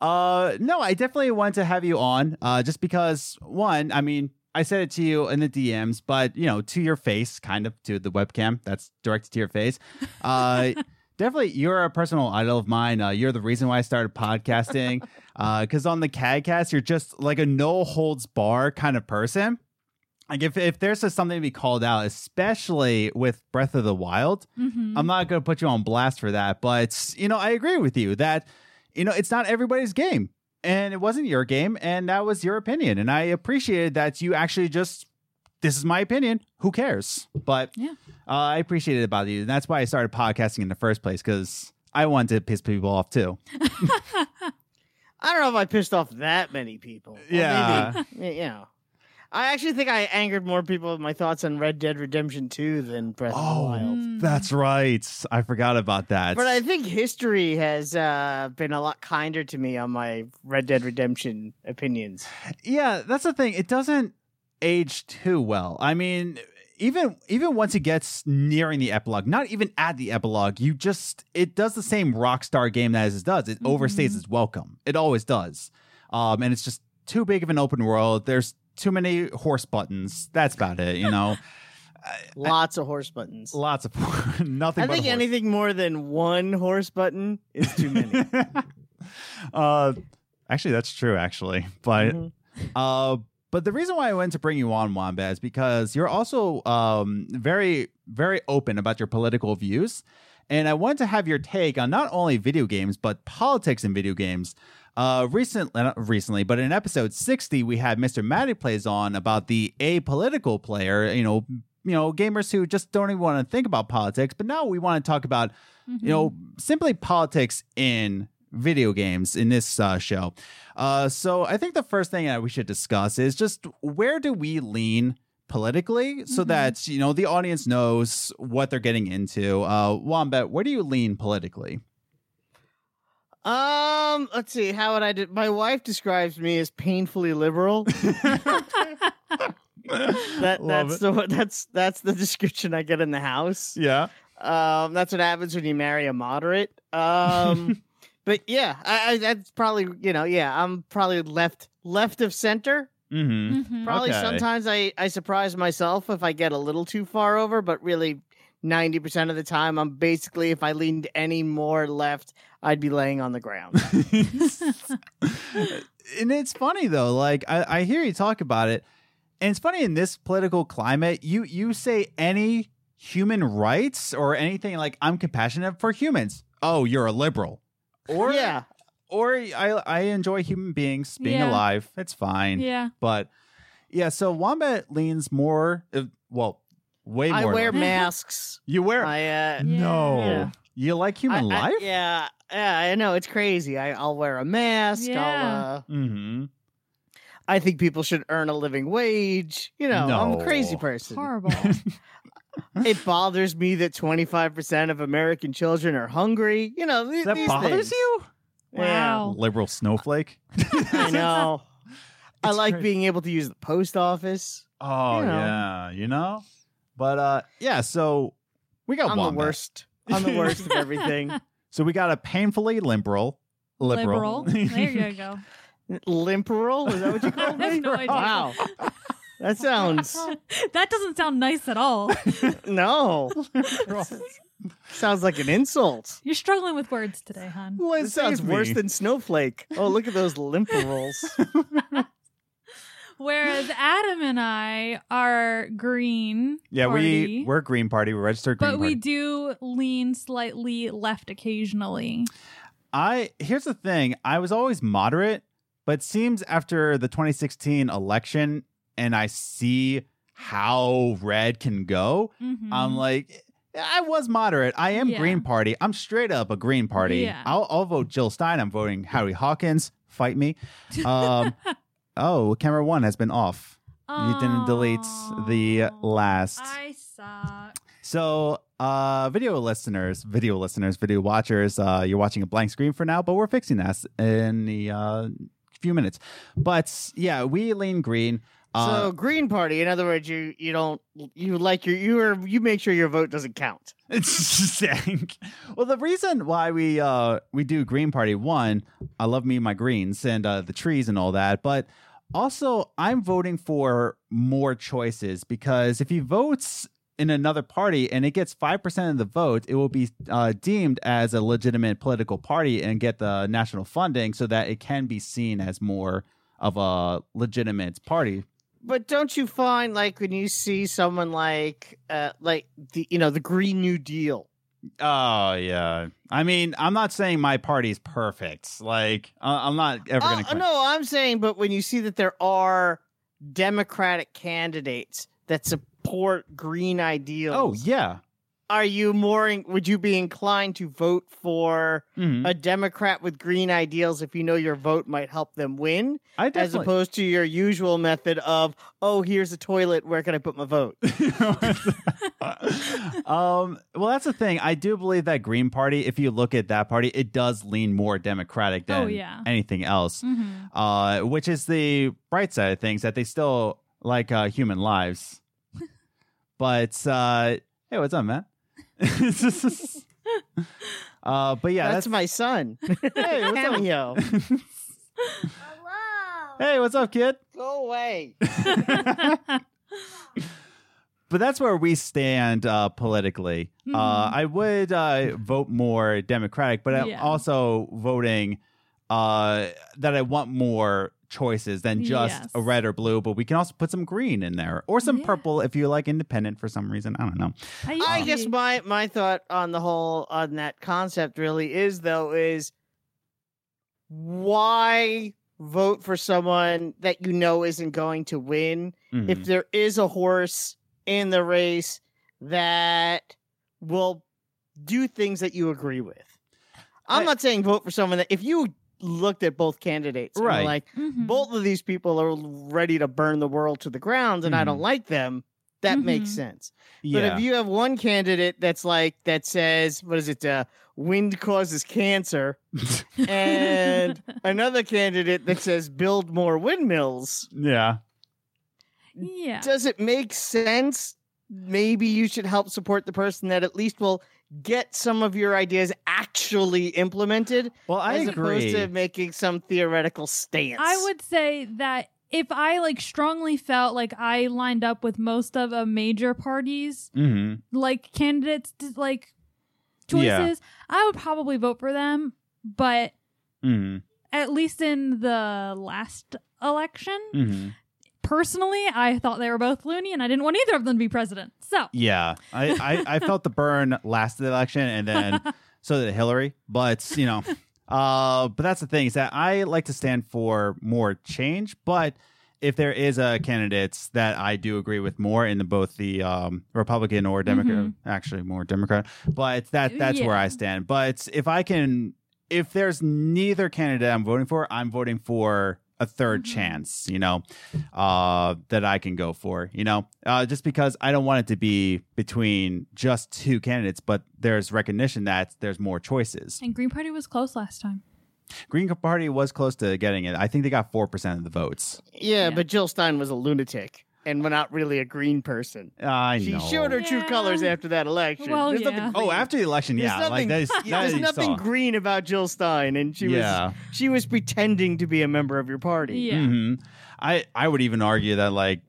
uh no, I definitely want to have you on uh just because one, I mean, I said it to you in the DMs, but you know, to your face, kind of to the webcam, that's directed to your face. Uh Definitely, you're a personal idol of mine. Uh, you're the reason why I started podcasting. Because on the CADcast, you're just like a no holds bar kind of person. Like, if, if there's just something to be called out, especially with Breath of the Wild, Mhm. Mm-hmm. I'm not going to put you on blast for that, but you know, I agree with you that you know, it's not everybody's game. And it wasn't your game and that was your opinion and I appreciated that you actually just this is my opinion, who cares? But Yeah. uh, I appreciate it about you. And that's why I started podcasting in the first place cuz I wanted to piss people off too. I don't know if I pissed off that many people. Or Yeah. Maybe, you know. I actually think I angered more people with my thoughts on Red Dead Redemption 2 than Breath of the Oh. Wild. Mm. That's right. I forgot about that. But I think history has uh, been a lot kinder to me on my Red Dead Redemption opinions. yeah, that's the thing. It doesn't age too well. I mean, even even once it gets nearing the epilogue, not even at the epilogue, you just it does the same Rockstar game that it does. It Mm-hmm. overstays Mhm. its welcome. It always does. Um, and it's just too big of an open world. There's too many horse buttons. That's about it. You know, Lots of horse buttons. lots of nothing. I but think horse. anything more than one horse button is too many. uh, actually, that's true. Actually, but Mhm. uh, but the reason why I wanted to bring you on Wamba is because you're also um very very open about your political views, and I wanted to have your take on not only video games but politics in video games. Uh, recent, not recently, but in episode sixty, we had Mr. Matty plays on about the apolitical player. You know, you know, gamers who just don't even want to think about politics. But now we want to talk about you know, simply politics in video games in this uh, show. Uh, so I think the first thing that we should discuss is just where do we lean politically so Mhm. that, you know, the audience knows what they're getting into. Uh, Wombat, where do you lean politically? Um, let's see. How would I do? My wife describes me as painfully liberal. Mm-hmm. That Love that's it. the what that's that's the description I get in the house. Yeah. Um, that's what happens when you marry a moderate. Um, but yeah, I, I that's probably you know yeah I'm probably left left of center. Mm-hmm. Mhm. Probably Okay. sometimes I I surprise myself if I get a little too far over, but really. 90% of the time, I'm basically, if I leaned any more left, I'd be laying on the ground. and it's funny though like I, I hear you talk about it and it's funny in this political climate you you say any human rights or anything like i'm compassionate for humans oh you're a liberal or yeah. or i i enjoy human beings being Yeah. alive it's fine yeah. but yeah so wombat leans more uh, well way I more wear left. masks. you wear I, uh, no Yeah. you like human I- I- life yeah, yeah, I know it's crazy. I, I'll wear a mask. Yeah. I'll, uh, mm-hmm I think people should earn a living wage. You know, I'm a crazy No. person. Horrible. It bothers me that 25 percent of American children are hungry. You know, th- that these bothers things. you Yeah, Wow. liberal snowflake I know. I It's like crazy. being able to use the post office. Oh You know. yeah, you know. But uh yeah, so we got I'm Wombat. the worst. I'm the worst of everything. So we got a painfully liberal, liberal. Liberal. There you go. Limperal? Is that what you I call have me? no idea. Wow. That sounds that doesn't sound nice at all. no. Sounds like an insult. You're struggling with words today, hon. Well, it This sounds saved worse me. than snowflake. Oh, look at those limperals. Whereas Adam and I are green. yeah. party, We we're Green Party. We're registered Green but Party. we do lean slightly left occasionally. I here's the thing. I was always moderate, but seems after the 2016 election, and I see how red can go. Mhm. I'm like. I was moderate. I am Yeah. Green Party. I'm straight up a Green Party. Yeah. I'll, I'll vote Jill Stein. I'm voting Harry Hawkins. Fight me. Um, oh, camera one has been off. You didn't delete the Aw, last. I suck. So, uh, video listeners, video listeners, video watchers, uh, you're watching a blank screen for now, but we're fixing that in the uh, few minutes. But yeah, we lean green. so Green Party, in other words, you you don't you like your you are you make sure your vote doesn't count. It's just saying. Well, the reason why we uh we do Green Party one, I love me and my greens and uh, the trees and all that, but also I'm voting for more choices because if he votes in another party and it gets five percent of the vote, it will be uh, deemed as a legitimate political party and get the national funding so that it can be seen as more of a legitimate party. But don't you find like when you see someone like uh like the you know the Green New Deal? Oh yeah. I mean, I'm not saying my party's perfect. Like, I I'm not ever Uh, gonna. claim- no, I'm saying, but when you see that there are Democratic candidates that support green ideals, Oh yeah. are you more? In, would you be inclined to vote for Mhm. a Democrat with green ideals if you know your vote might help them win, I as definitely. opposed to your usual method of, oh, here's a toilet, where can I put my vote? um. Well, that's the thing. I do believe that Green Party. If you look at that party, it does lean more Democratic than Oh, yeah. anything else. hmm Mm-hmm. Uh, which is the bright side of things that they still like uh, human lives. but uh, hey, what's up, man? uh, but yeah, that's, that's, my son. Hey, what's up? Cameo. Hey, what's up, kid? Go away. Mm-hmm. but that's where we stand uh, politically. Uh, Mhm. I would uh, vote more Democratic, but I'm Yeah. also voting uh, that I want more choices than just Yes. a red or blue. But we can also put some green in there or some Yeah. purple if you like independent for some reason. I don't know. I usually- guess my my thought on the whole on that concept really is though is why vote for someone that you know isn't going to win Mhm. if there is a horse in the race that will do things that you agree with. I'm I- not saying vote for someone that if you looked at both candidates and were Right. like Mhm. both of these people are ready to burn the world to the ground and I don't like them, that makes Mhm. sense. But Mm-hmm. yeah. if you have one candidate that's like that says, what is it? Uh, wind causes cancer, and another candidate that says build more windmills. yeah. yeah. Does it make sense? Maybe you should help support the person that at least will get some of your ideas actually implemented, Well, I as agree. opposed to making some theoretical stance. I would say that if I like strongly felt like I lined up with most of a major parties, hmm like candidates, dis- like choices, Yeah. I would probably vote for them. But hmm at least in the last election, hmm personally, I thought they were both loony, and I didn't want either of them to be president. So Yeah. I, I, I felt the burn last election and then so did Hillary. But you know, uh, but that's the thing is that I like to stand for more change. But if there is a candidate that I do agree with more in the, both the um, Republican or Democrat, Mhm. actually more Democrat, but that that's where Yeah. I stand. But if I can, if there's neither candidate I'm voting for, I'm voting for a 3rd Mhm. chance. You know, uh, that I can go for, you know, uh, just because I don't want it to be between just two candidates, but there's recognition that there's more choices. and Green Party was close last time. Green Party was close to getting it. I think they got 4% of the votes. yeah, Yeah. but Jill Stein was a lunatic and we're not really a green person. I She know. showed her true Yeah. colors after that election. Well, There's nothing yeah. Oh, green. after the election, There's yeah. nothing- like that is, Yeah, that there's you nothing saw. green about Jill Stein, and she was yeah. she was pretending to be a member of your party. Yeah. hmm I, I would even argue that, like,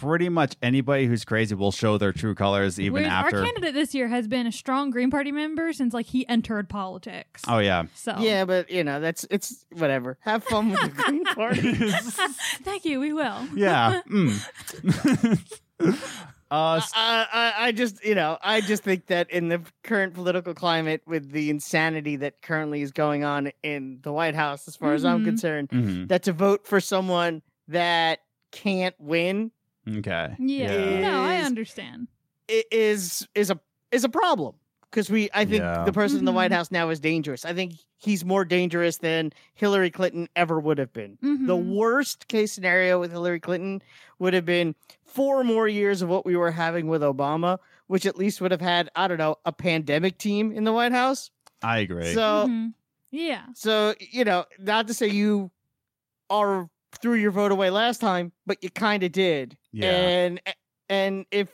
pretty much anybody who's crazy will show their true colors even Whereas after. our candidate this year has been a strong Green Party member since like he entered politics. oh, yeah. So Yeah, but you know that's it's whatever. Have fun with the Green Party. Thank you. We will. yeah. Mm. uh, I, I, I just you know I just think that in the current political climate, with the insanity that currently is going on in the White House, as far as I'm Mhm. concerned, mhm. that to vote for someone that can't win Okay. Yeah. Yeah. No, I Is- understand. i- is is a is a problem because we I think Yeah. the person in the White Mhm. House now is dangerous. I think he's more dangerous than Hillary Clinton ever would have been. The Mhm. worst case scenario with Hillary Clinton would have been four more years of what we were having with Obama, which at least would have had I don't know a pandemic team in the White House. I Mm-hmm. agree. So Mhm. yeah. so you know not to say you are threw your vote away last time, but you kind of did. Yeah. And and if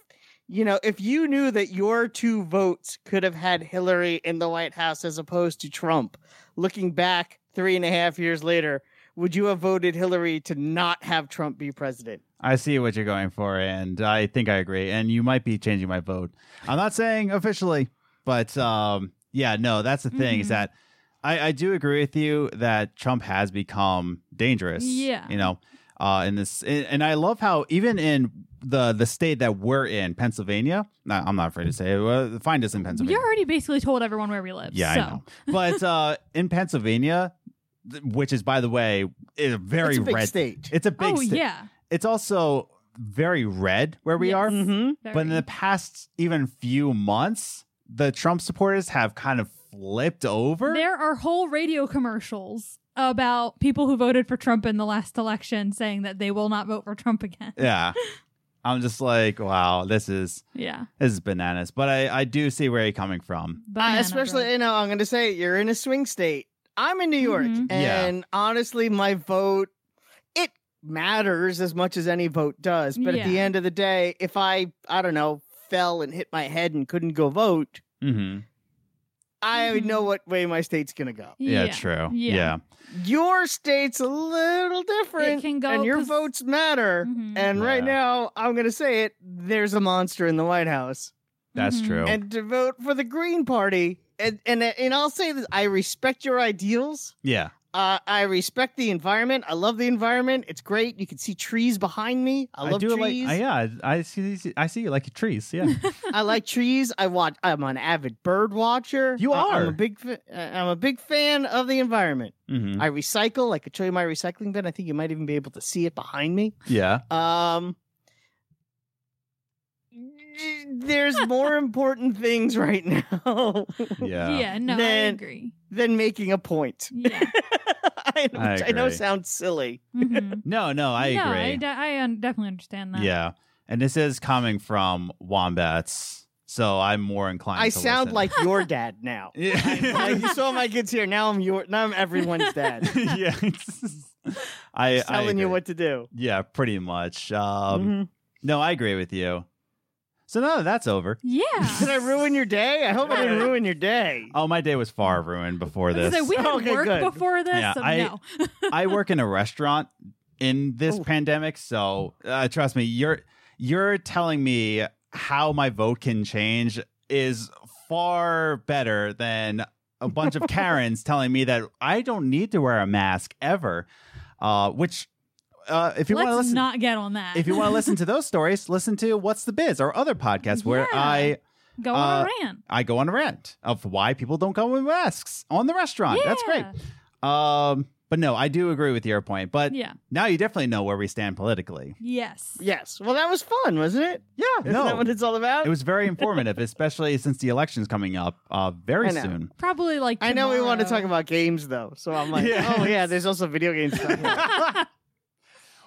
you know, if you knew that your two votes could have had Hillary in the White House as opposed to Trump, looking back three and a half years later, would you have voted Hillary to not have Trump be president? I see what you're going for, and I think I agree. And you might be changing my vote. I'm not saying officially, but um, yeah, no, that's the thing Mm-hmm. is Mhm. that I, I do agree with you that Trump has become dangerous. Yeah. you know, uh, in this, and and I love how even in the the state that we're in, Pennsylvania, nah, I'm not afraid to say it. Well, find us in Pennsylvania. You're already basically told everyone where we live. Yeah, so. I know. But uh, in Pennsylvania, th- which is by the way, is a very it's a big red state. It's a big oh state. yeah, It's also very red where we Yes. are. Mm-hmm. But in Very. the past even few months, the Trump supporters have kind of flipped over. there are whole radio commercials about people who voted for Trump in the last election saying that they will not vote for Trump again. Uh, yeah. I'm just like, wow, this is Yeah, this is bananas. But I, I do see where you're coming from. Banana especially, bread. you know, I'm going to say you're in a swing state. I'm in New York, Mhm. Yeah. and honestly, my vote it matters as much as any vote does. But at the Yeah. end of the day, if I, I don't know, fell and hit my head and couldn't go vote, Mm-hmm. I Mhm. know what way my state's going to go. Yeah, true. Yeah. Yeah. Your state's a little different, can go and your 'cause- votes matter. Mhm. And right Yeah. now, I'm going to say it: there's a monster in the White House. That's Mhm. true. and to vote for the Green Party. And and and I'll say this: I respect your ideals. yeah. Uh, I respect the environment. I love the environment. It's great. You can see trees behind me. I love do trees. like I- yeah, I see I see you like trees. Yeah. I like trees. I watch. I'm an avid bird watcher. You I- are. I'm a big. fa- uh, I'm a big fan of the environment. hmm I recycle. I could show you my recycling bin. I think you might even be able to see it behind me. Yeah. Um. There's more important things right now Yeah. yeah, no, I Then- agree. than making a point. Yeah, I, know- I which I know agree. sounds silly. Mhm. No, no, I No, I, agree. de- I un- definitely understand that. yeah. And this is coming from wombats, so I'm more inclined I to sound listen. like your dad now. I- Yeah. you saw my kids here. Now I'm your. Now I'm everyone's dad. yeah. I I telling agree. you what to do. Yeah, pretty much. Um, Mhm. No, I agree with you. So now that that's over. yeah. Did I ruin your day? I hope I didn't ruin your day. Oh, my day was far ruined before I was this. gonna say, we had Okay, work good. before this. Yeah, so I- no. I work in a restaurant in this Ooh. pandemic, so uh, trust me, you're you're telling me how my vote can change is far better than a bunch of Karens telling me that I don't need to wear a mask ever. Uh, which, uh, if you want Let's to listen, not get on that. if you want to listen to those stories, listen to What's the Biz, our other podcast where Yeah. I go uh, on a rant. I go on a rant of why people don't go with masks on the restaurant. That's great. Yeah. Um, but no, I do agree with your point. But Yeah. now you definitely know where we stand politically. Yes. Yes. Well, that was fun, wasn't it? Yeah, Isn't that no, what it's all about? it was very informative, especially since the election's coming up uh, very I know. soon. Probably like. I know we want to talk tomorrow. about games though, so I'm like, Yes. oh yeah, there's also video games. to talk about.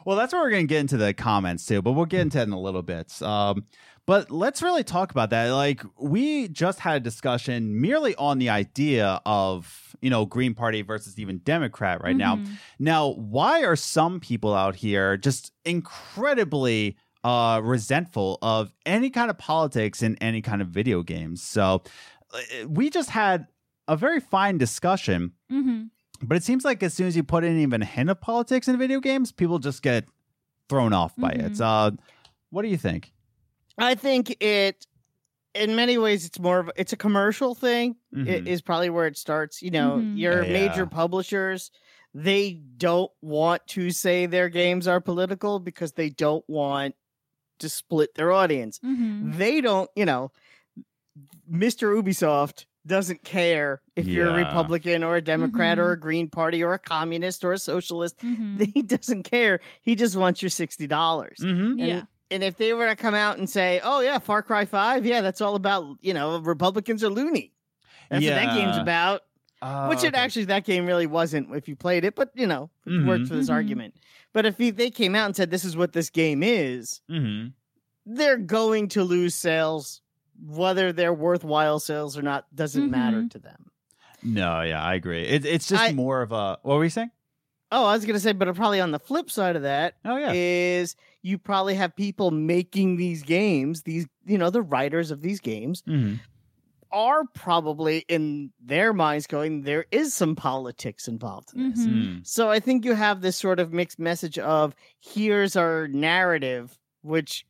Well, that's where we're going to get into the comments too, but we'll Hmm. get into that in a little bit. Um, but let's really talk about that. Like we just had a discussion merely on the idea of you know Green Party versus even Democrat Mm-hmm. right now. Mhm. Now, why are some people out here just incredibly uh, resentful of any kind of politics in any kind of video games? So uh, we just had a very fine discussion, Mhm. but it seems like as soon as you put in even a hint of politics in video games, people just get thrown off by it. Uh, what do you think? I think it, in many ways, it's more of it's a commercial thing. i- Mhm. is probably where it starts. You know, Mhm. your Yeah. major publishers, they don't want to say their games are political because they don't want to split their audience. Mhm. They don't, you know, Mr. Ubisoft doesn't care if you're a Yeah. Republican or a Democrat or Mhm. a Green Party or a communist or a socialist. Mhm. He doesn't care. He just wants your $60. dollars Mhm. Yeah. And if they were to come out and say, "Oh yeah, Far Cry 5, yeah, that's all about, you know, Republicans are loony." That's what that game's Yeah. about. Uh, Which it okay. actually that game really wasn't if you played it, but you know, it worked Mhm. for this Mhm. argument. But if he, they came out and said this is what this game is, Mhm. they're going to lose sales, whether they're worthwhile sales or not doesn't matter to them. No, yeah, I agree. It, it's just I- more of a. What were you saying? Oh, I was gonna say, but probably on the flip side of that Oh yeah. is you probably have people making these games. These, you know, the writers of these games Mhm. are probably in their minds going, there is some politics involved in this. Mhm. Mm. So I think you have this sort of mixed message of here's our narrative, which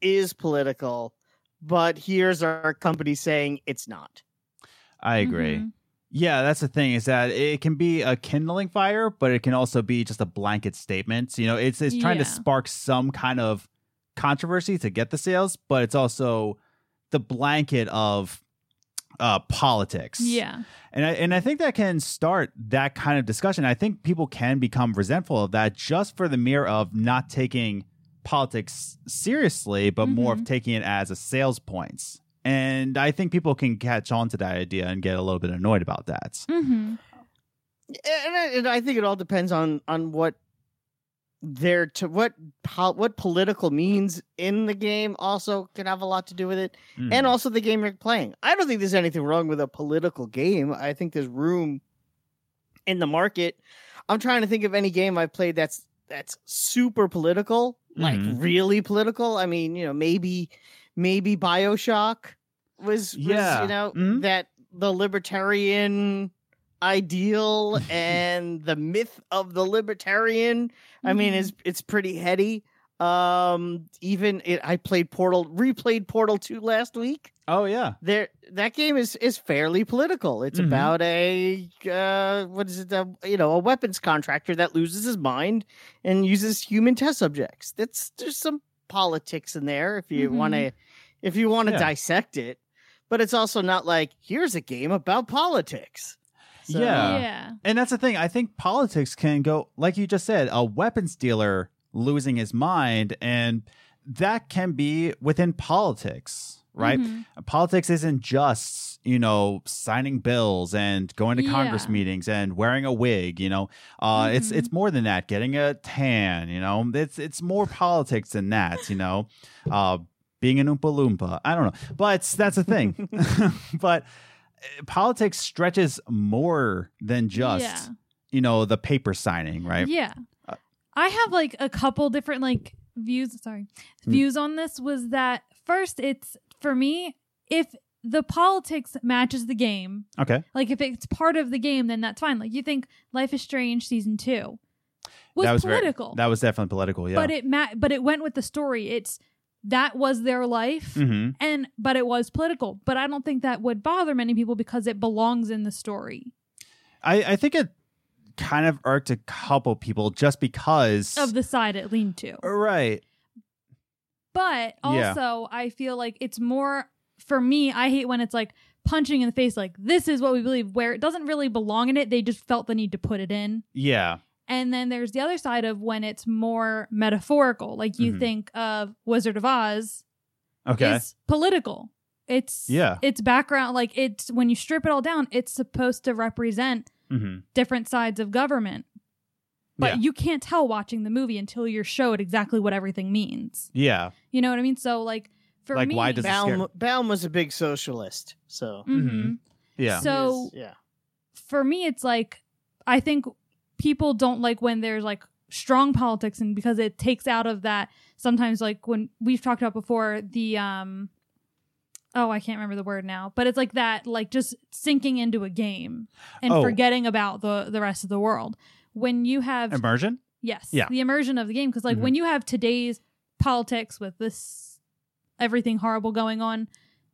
is political, but here's our company saying it's not. I agree. Mhm. Yeah, that's the thing is that it can be a kindling fire, but it can also be just a blanket statement. You know, it's it's trying to Yeah. spark some kind of controversy to get the sales, but it's also the blanket of uh politics. Yeah. And I, and I think that can start that kind of discussion. I think people can become resentful of that just for the mere of not taking politics seriously, but more of taking it as a sales points. And I think people can catch on to that idea and get a little bit annoyed about that. Mm-hmm. And I, and I think it all depends on on what their to what pol- what political means in the game also can have a lot to do with it, Mm. and Hmm. also the game you're playing. I don't think there's anything wrong with a political game. I think there's room in the market. I'm trying to think of any game I've played that's that's super political, like Mhm. really political. I mean, you know, maybe maybe BioShock was, was Yeah. you know, Mhm. that the libertarian ideal and the myth of the libertarian Mm-hmm. I Mm-hmm. mean, it's it's pretty heady. Um, even it, I played Portal, replayed Portal Two last week. oh yeah, There, that game is is fairly political. It's Mhm. about a uh, what is it? uh, you know, a weapons contractor that loses his mind and uses human test subjects. That's there's some politics in there if you Mhm. want to, if you want to Mm-hmm. Yeah. dissect it. But it's also not like here's a game about politics. So- Yeah. Yeah. and that's the thing. I think politics can go like you just said, a weapons dealer losing his mind, and that can be within politics, right? Mhm. politics isn't just you know signing bills and going to congress Yeah. meetings and wearing a wig you know uh it's Mhm. it's more than that getting a tan you know it's it's more politics than that you know uh being an oompa loompa i don't know but that's the thing but uh, politics stretches more than just Yeah. you know the paper signing right Yeah. Uh, I have like a couple different like views, sorry, Mm. views on this was that first it's for me if the politics matches the game, okay like if it's part of the game then that's fine. Like you think Life is Strange season 2 was, that was very- political. that was definitely political yeah But it ma- but it went with the story. It's that was their life. mm-hmm. And but it was political. But I don't think that would bother many people because it belongs in the story I, I think it kind of irked a couple people just because of the side it leaned to. Uh, right. Yeah. But also, I feel like it's more for me. I hate when it's like punching in the face, like this is what we believe, where it doesn't really belong in it. They just felt the need to put it in. Yeah. And then there's the other side of when it's more metaphorical, like you Mhm. think of Wizard of Oz Okay. is political. It's Yeah. it's background like it's when you strip it all down, it's supposed to represent mm-hmm. different sides of government. But Yeah. you can't tell watching the movie until you're showed exactly what everything means. Yeah. You know what I mean? So like for Like, me, why does This is Baum scary. Baum was a big socialist, so Mhm. Mhm. Yeah. So- He is- yeah. for me it's like I think people don't like when there's like strong politics and because it takes out of that sometimes like when we've talked about before the um oh I can't remember the word now but it's like that like just sinking into a game and Oh. forgetting about the the rest of the world when you have Immersion. Yes. Yeah. Mm-hmm. The immersion of the game. Because, like, when you have today's politics with this everything horrible going on,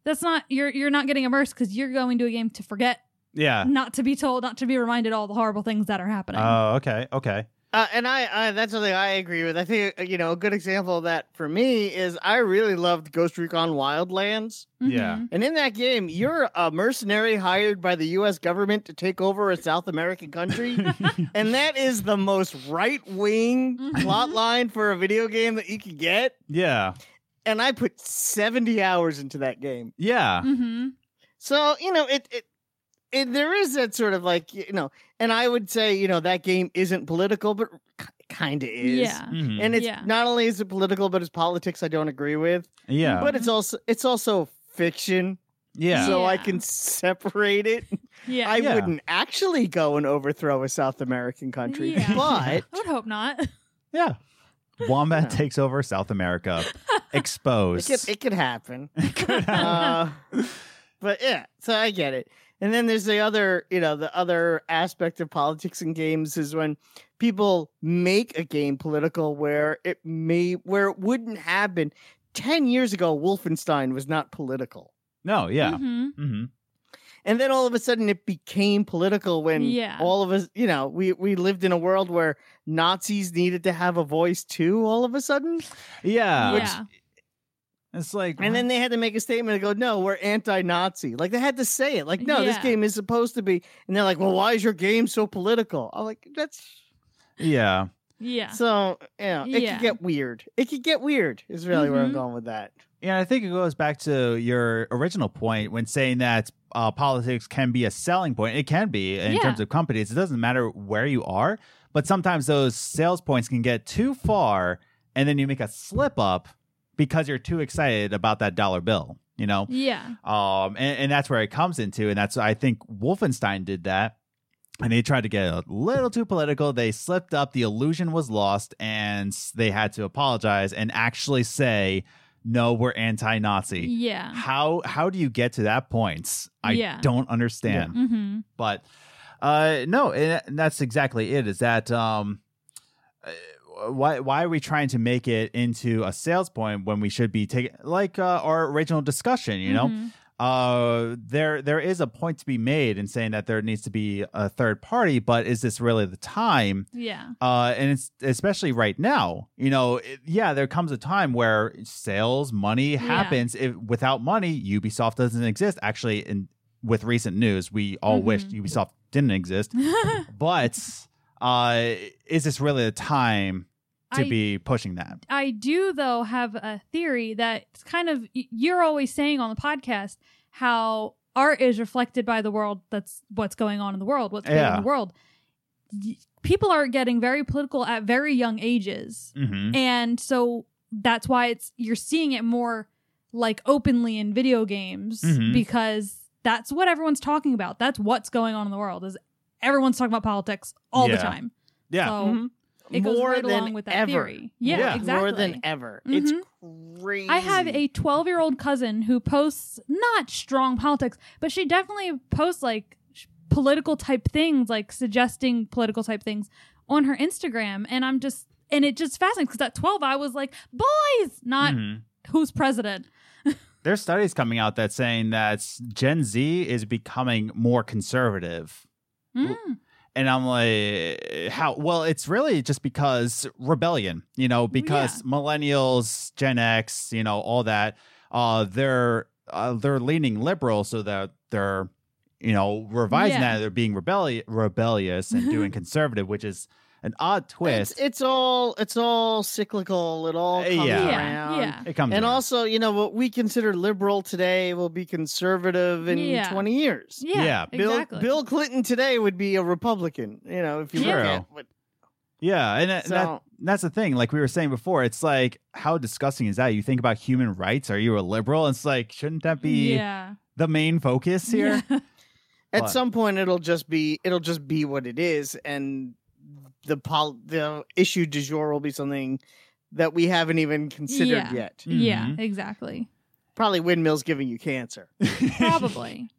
that's not, you're, you're not getting immersed because you're going to a game to forget, Yeah. not to be told, not to be reminded all the horrible things that are happening. Oh, okay. Okay. Uh, and I, I, that's something I agree with. I think uh, you know a good example of that for me is I really loved Ghost Recon Wildlands, Mm-hmm. yeah. and in that game, you're a mercenary hired by the U.S. government to take over a South American country, and that is the most right wing Mhm. plot line for a video game that you can get. Yeah. And I put seventy hours into that game, Yeah. Mm-hmm. so you know it. it it, there is that sort of like you know, and I would say you know that game isn't political, but kind of is. Yeah. Mhm. and it's Yeah. not only is it political but it's politics i don't agree with yeah. but it's also it's also fiction yeah. so i Yeah. can separate it Yeah. I Yeah. wouldn't actually go and overthrow a South American country, Yeah. but I would hope not. Yeah. Wombat Yeah. takes over South America. it Exposed. could, it could happen. uh, but yeah, so I get it. And then there's the other, you know, the other aspect of politics and games is when people make a game political where it may where it wouldn't have been. Ten years ago, Wolfenstein was not political. no, yeah. Mhm. Mm-hmm. hmm And then all of a sudden it became political when Yeah. all of us, you know, we, we lived in a world where Nazis needed to have a voice too, all of a sudden. Yeah. Yeah. It's like And Uh-huh. then they had to make a statement and go, no, we're anti Nazi. Like they had to say it. Like, no, this Yeah. game is supposed to be. And they're like, well, why is your game so political? I'm like, that's Yeah. Yeah. so, you know, it Yeah. could get weird. It could get weird, is really where I'm Mhm. going with that. Yeah, I think it goes back to your original point when saying that uh, politics can be a selling point. It can be in Yeah. terms of companies. It doesn't matter where you are, but sometimes those sales points can get too far, and then you make a slip up because you're too excited about that dollar bill. You know, Yeah. um, and, and that's where it comes into, and that's I think Wolfenstein did that. And they tried to get a little too political. They slipped up. The illusion was lost, and they had to apologize and actually say, "No, we're anti-Nazi." Yeah. How how do you get to that point? I Yeah. don't understand. Mm-hmm. But uh, no, and and that's exactly it. Is that um, uh, why why are we trying to make it into a sales point when we should be taking like uh, our original discussion? You know, Mm-hmm. uh there there is a point to be made in saying that there needs to be a third party but is this really the time Yeah. uh and it's especially right now you know it- yeah there comes a time where sales money happens if, without money ubisoft doesn't exist actually in with recent news we all wish Mhm. ubisoft didn't exist but uh is this really the time to I- be pushing that I do though have a theory that it's kind of y- you're always saying on the podcast how art is reflected by the world. That's what's going on in the world. What's going on Yeah. in the world. Y- People are getting very political at very young ages, mm-hmm. and so that's why it's you're seeing it more like openly in video games Mhm. because that's what everyone's talking about. That's what's going on in the world. Is everyone's talking about politics all Yeah. the time? yeah So Mhm. Oh, it goes More right than along with that ever. theory. Yeah, Yeah. exactly. Mm-hmm. More than ever. It's crazy. I have a 12 year old cousin who posts not strong politics, but she definitely posts like sh- political type things, like suggesting political type things on her Instagram. And I'm just, and it just fascinates because at 12, I was like, boys, not Mhm. who's president. There's studies coming out that saying that Gen Z is becoming more conservative. Mm. And I'm like, how? Well, it's really just because rebellion, you know, because millennials, Gen X, you know, all that, uh, they're uh, they're leaning liberal, so that they're, you know, revising Yeah. that they're being rebelli- rebellious and doing conservative, which is an odd Mm-hmm. It's, twist. it's all it's all cyclical. It all Uh, comes yeah. Yeah. around. Yeah. It comes And around. also, you know, what we consider liberal today will be conservative in Yeah. 20 years. Yeah. Yeah, Bill, exactly. Bill Clinton today would be a Republican, you know, if you True. look at what, Yeah, and that, So- that- that's the thing. Like we were saying before, it's like how disgusting is that? You think about human rights. Are you a liberal? It's like shouldn't that be yeah. the main focus here? Yeah. at But- some point it'll just be it'll just be what it is and the pol- the issue du jour will be something that we haven't even considered Yeah. yet. Yeah, Mhm. exactly. Probably windmills giving you cancer. Probably.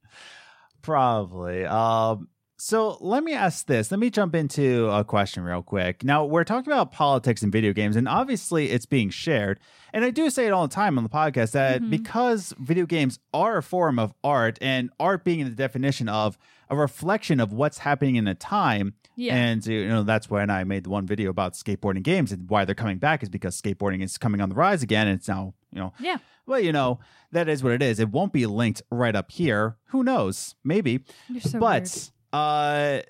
Probably. Um, so let me ask this. Let me jump into a question real quick. Now, we're talking about politics and video games, and obviously it's being shared. And I do say it all the time on the podcast that Mhm. because video games are a form of art, and art being the definition of a reflection of what's happening in a time, Yeah. And you know that's when I made the one video about skateboarding games and why they're coming back is because skateboarding is coming on the rise again and it's now, you know. Yeah. Well, you know, that is what it is. It won't be linked right up here. Who knows? Maybe. You're so weird. but uh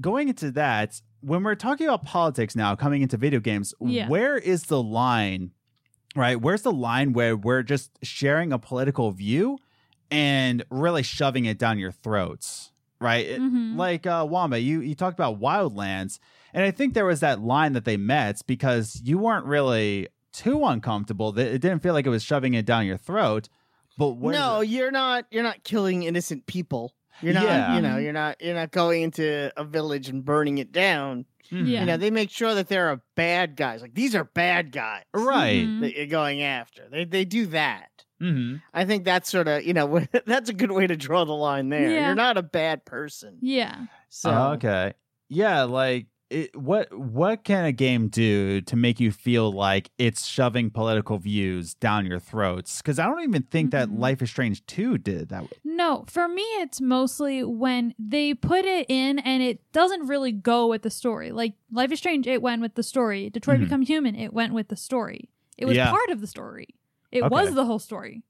going into that, when we're talking about politics now coming into video games, Yeah. where is the line? Right? Where's the line where we're just sharing a political view and really shoving it down your throats? Right? It- Mhm. like uh, Wamba, you you talked about Wildlands, and I think there was that line that they met because you weren't really too uncomfortable. That it didn't feel like it was shoving it down your throat. But where no, you're not you're not killing innocent people. You're not, Yeah. you know, you're not, you're not going into a village and burning it down. Mhm. Yeah. You know, they make sure that there are bad guys. Like these are bad guys Right. Mhm. that you're going after. They they do that. Mm-hmm. I think that's sort of you know that's a good way to draw the line there. Yeah. You're not a bad person. Yeah. So Oh, okay. Yeah, like it, what what can a game do to make you feel like it's shoving political views down your throats? Because I don't even think that Mhm. Life is Strange Two did that. No, for me, it's mostly when they put it in and it doesn't really go with the story. Like Life is Strange, it went with the story. Detroit Mhm. Become Human, it went with the story. It was Yeah. part of the story. It Okay. was the whole story.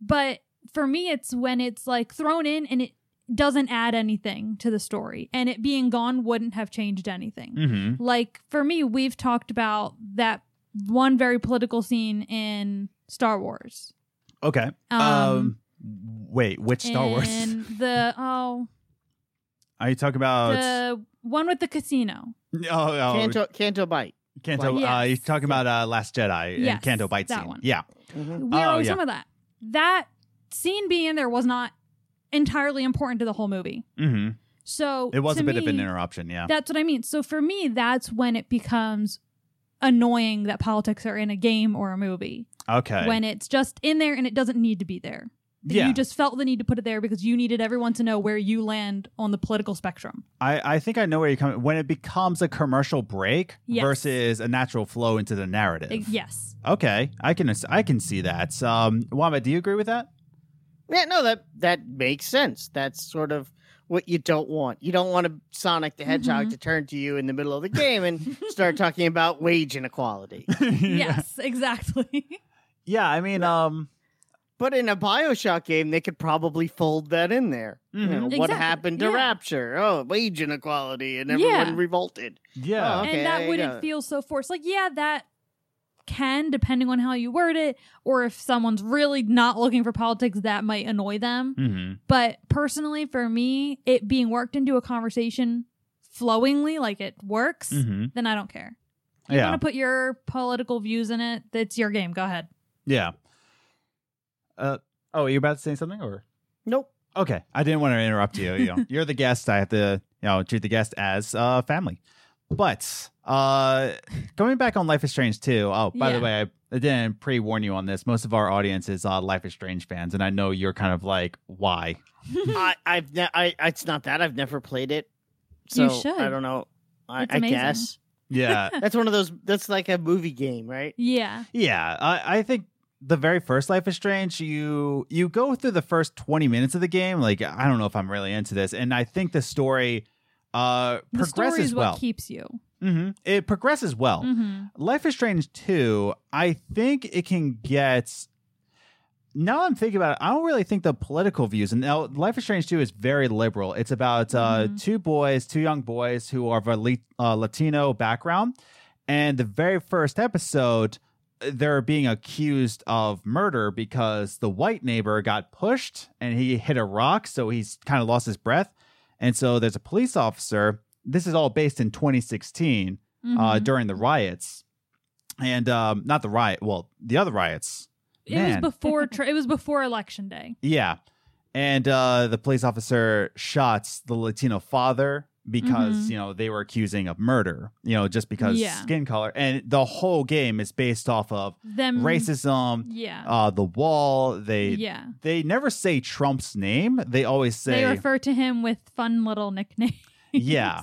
But for me, it's when it's like thrown in and it doesn't add anything to the story, and it being gone wouldn't have changed anything Mm-hmm. like for me we've talked about that one very political scene in star wars Okay. um, wait, which Star Wars? in the oh Are you talking about? the one with the casino oh, oh, Canto Canto Bite. Canto. Yes. Uh, you're talking about uh, Last Jedi and Yes, Canto bite that scene. one. Yeah. Mhm. we Oh, are always yeah. talking about that that scene being in there was not entirely important to the whole movie Mm-hmm. so It was to a bit of an me, interruption. Yeah. That's what I mean. So for me, that's when it becomes annoying that politics are in a game or a movie okay. when it's just in there and it doesn't need to be there. that yeah. You just felt the need to put it there because you needed everyone to know where you land on the political spectrum. I, I think I know where you're coming. When it becomes a commercial break Yes. versus a natural flow into the narrative. Like, yes. Okay, I can I can see that. Um, Wamba, do you agree with that? Yeah, no, that that makes sense. That's sort of what you don't want. You don't want a Sonic the Hedgehog Mhm. to turn to you in the middle of the game and start talking about wage inequality. Yes, exactly. yeah, I mean, um, But in a Bioshock game, they could probably fold that in there. You know, mhm. What Mm-hmm. Exactly, happened to yeah. Rapture? Oh, wage inequality, and everyone Yeah. revolted. yeah, Okay, and there that you wouldn't go. feel so forced. Like, yeah, that can, depending on how you word it, or if someone's really not looking for politics, that might annoy them. Mhm. But personally, for me, it being worked into a conversation flowingly, like it works, Mhm. then I don't care. You yeah, want to put your political views in it? That's your game. Go ahead. yeah. Uh, oh, you're about to say something, or Nope. okay, I didn't want to interrupt you. You know, you're the guest. I have to, you know, treat the guest as uh, family. But uh, going back on Life is Strange too. Oh, by the Yeah. way, I, I didn't pre warn you on this. Most of our audience is uh, Life is Strange fans, and I know you're kind of like, why? Mm-hmm. I, I've ne- I, I- it's not that I've never played it. So should. I don't know. I, It's I amazing. guess Yeah, that's one of those. That's like a movie game, right? Yeah. Yeah, I, I think the very first Life is Strange, you you go through the first twenty minutes of the game. Like I don't know if I'm really into this, and I think the story uh The story progresses is what well. keeps you. hmm It progresses well. Mhm. Life is Strange two, I think it can get. Now I'm thinking about it. I don't really think the political views. And now Life is Strange two is very liberal. It's about uh, Mhm. two boys, two young boys who are of a Le- uh, Latino background, and the very first episode, they're being accused of murder because the white neighbor got pushed and he hit a rock, so he's kind of lost his breath. And so there's a police officer. This is all based in 2016 uh, Mhm. during the riots, and um, not the riot. Well, the other riots. it man. was before. Tra- it was before election day. Yeah, and uh, the police officer shot the Latino father because Mhm. you know they were accusing of murder. You know, just because Yeah. skin color, and the whole game is based off of Them racism. Mm-hmm. Yeah. Uh, the wall. They yeah. they never say Trump's name. They always say they refer to him with fun little nicknames. Yeah.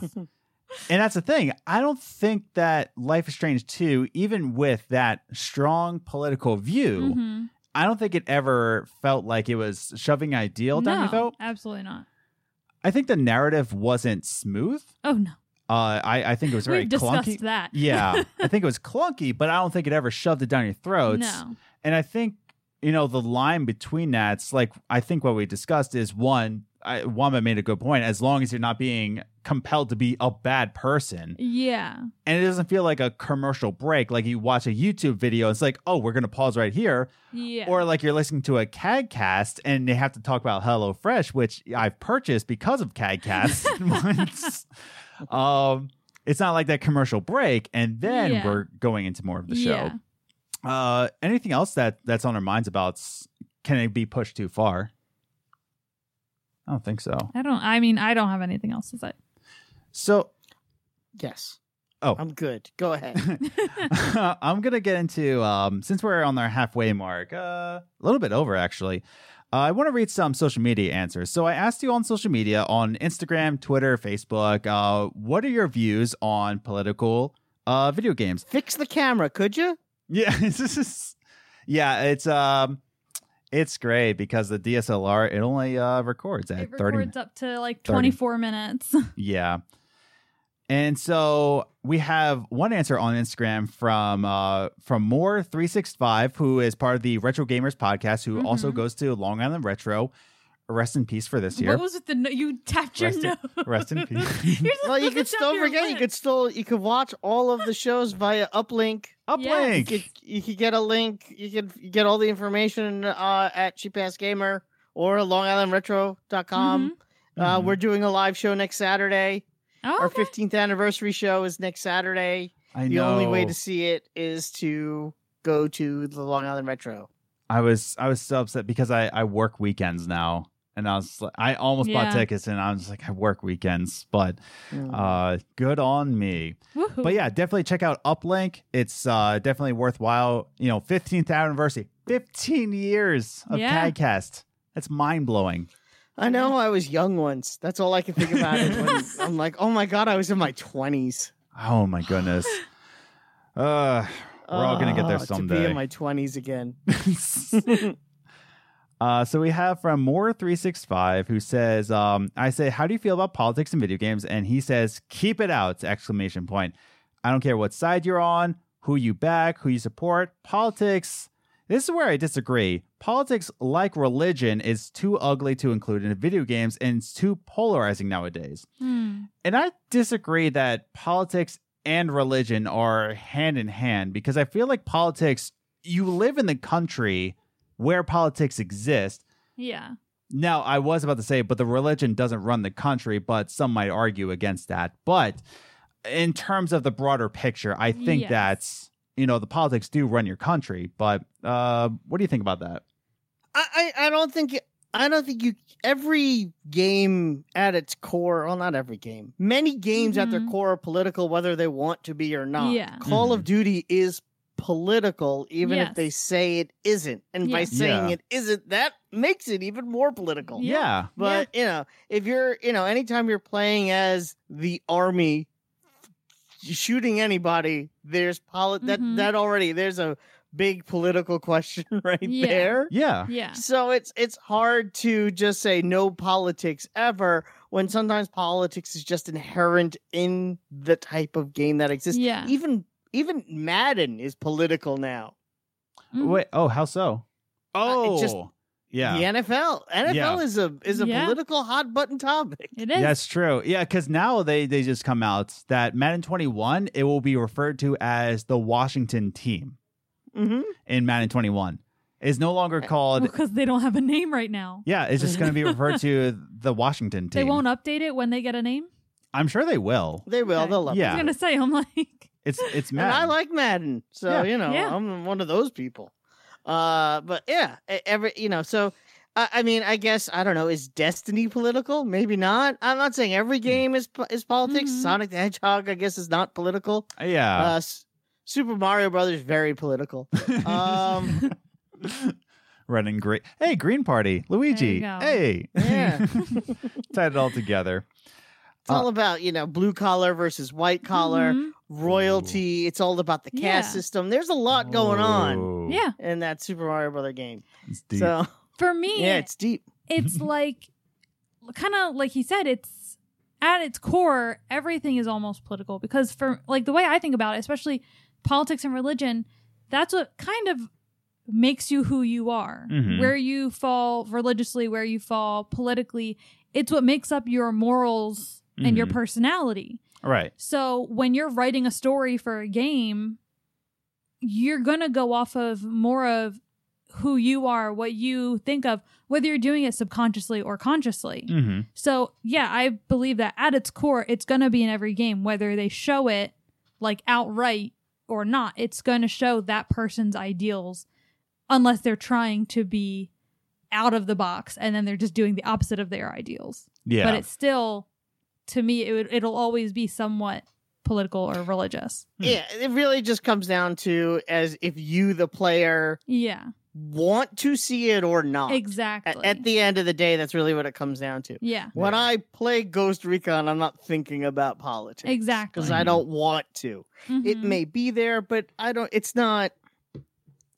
and that's the thing. I don't think that Life is Strange 2, even with that strong political view, Mhm. I don't think it ever felt like it was shoving ideal down your No, throat. absolutely not. I think the narrative wasn't smooth. Oh no, Uh, I, I think it was very we've discussed clunky. that. yeah. I think it was clunky, but I don't think it ever shoved it down your throats. no. And I think, you know, the line between that's like, I think what we discussed is one, I, Wamba made a good point. As long as you're not being compelled to be a bad person, Yeah. and it doesn't feel like a commercial break. Like you watch a YouTube video, it's like, oh, we're gonna pause right here, Yeah. or like you're listening to a CADcast and they have to talk about HelloFresh, which I've purchased because of CADcast once. Um, it's not like that commercial break, and then Yeah. we're going into more of the Yeah. show. Uh, anything else that that's on our minds about? s- Can it be pushed too far? I don't think so. I don't. I mean, I don't have anything else to say. So Yes. Oh. I'm good. Go ahead. I'm gonna get into um, since we're on our halfway mark, uh, a little bit over actually. Uh, I want to read some social media answers. So I asked you on social media on Instagram, Twitter, Facebook, uh, what are your views on political uh, video games? Fix the camera, could you? Yeah, this is yeah, it's um, it's great because the DSLR it only uh, records at It thirty. records up to like 30. 24 minutes. Yeah. And so we have one answer on Instagram from uh, from More three six five, who is part of the Retro Gamers podcast, who also Mm-hmm. Mhm. goes to Long Island Retro. Rest in peace for this year. What was it? The no- you tapped your Rest in- nose. rest in peace. You're Well, you supposed to could tap still your forget. You lip. could still you could watch all of the shows via uplink. You Oh, Uplink. could, you could get a link. You could get all the information uh, at Cheap Ass Gamer or LongIslandRetro.com. Mhm. Uh, Mhm. We're doing a live show next Saturday. Oh, Our okay. 15th anniversary show is next Saturday. I The know. only way to see it is to go to the Long Island Retro. I was I was so upset because I I work weekends now, and I was like, I almost bought Yeah. tickets, and I was like, I work weekends, but Mm. uh, good on me. Woohoo. But yeah, definitely check out Uplink. It's uh, definitely worthwhile. You know, 15th anniversary, 15 years of Yeah. Tagcast. That's mind blowing. I know I was young once. That's all I can think about. is when I'm like, oh my god, I was in my 20s. Oh my goodness. uh, We're all gonna get there Ah, To be someday. in my 20s again. uh, so we have from More365 who says, um, I say, how do you feel about politics and video games? And he says, keep it out, exclamation point. I don't care what side you're on, who you back, who you support. Politics, this is where I disagree. Politics, like religion, is too ugly to include in video games and it's too polarizing nowadays. Hmm. And I disagree that politics and religion are hand in hand because I feel like politics, you live in the country where politics exist. Yeah. Now, I was about to say, but the religion doesn't run the country, but some might argue against that. But in terms of the broader picture, I think Yes. that's, you know, the politics do run your country. But uh, what do you think about that? I, I I don't think I don't think you every game at its core. Well, not every game. Many games at their Mhm. core are political, whether they want to be or not. Yeah. Call Mm-hmm. of Duty is political, even if Yes. they say it isn't. And by Yeah. saying Yeah. it isn't, that makes it even more political. Yeah. Yeah. But you know, if you're you know, anytime you're playing as the army shooting anybody, there's polit that Mhm. that already there's a big political question right Yeah. there. Yeah. Yeah. So it's it's hard to just say no politics ever when sometimes politics is just inherent in the type of game that exists. Yeah. e- Even even Madden is political now. Mhm. Wait. Oh, how so? Uh, Oh, it just- yeah. The NFL. NFL Yeah. is a is a Yeah. political hot button topic. It is. That's true. Yeah, because now they they just come out that Madden 21 it will be referred to as the Washington team Mm-hmm. in Madden 21. It's no Eh, longer called. because they don't have a name right now. Yeah, it's just going to be referred to the Washington team. They won't update it when they get a name. I'm sure they will. They will. Okay. They'll love it. Yeah. I was gonna say, I'm like, It's it's And I Madden. like Madden, so Yeah. you know Yeah. I'm one of those people. Uh, but yeah, e- every you know, so I, I mean, I guess I don't know. Is Destiny political? Maybe not. I'm not saying every Hmm. game is po- is politics. Mm-hmm. Mhm. Sonic the Hedgehog, I guess, is not political. Uh, yeah. S- Super Mario Brothers very political. um, Running great. Hey, Green Party, Luigi. go. Hey. Yeah. Tie it all together. It's all about you know blue collar versus white collar, mhm. royalty. It's all about the caste Yeah. system. There's a lot going on Ooh, Yeah. in that Super Mario Brother game. Oh, It's deep. So For me, yeah, it's deep. it's like kind of like he said it's at its core everything is almost political because for like the way i think about it especially politics and religion that's what kind of makes you who you are Mhm. where you fall religiously where you fall politically it's what makes up your morals and your Mhm. personality right. so when you're writing a story for a game, you're going to go off of more of who you are, what you think of, whether you're doing it subconsciously or consciously. hmm So, yeah, I believe that at its core, it's going to be in every game, whether they show it like outright or not. It's going to show that person's ideals unless they're trying to be out of the box and then they're just doing the opposite of their ideals. Yeah. But it's still, to me, it would, it'll always be somewhat political or religious. Hmm. Yeah, it really just comes down to as if you, the player, Yeah, want to see it or not. exactly. At, at the end of the day, that's really what it comes down to. yeah, When Yeah. I play Ghost Recon, I'm not thinking about politics. exactly. Because I don't want to. It Mm-hmm. Mhm. may be there, but I don't, it's not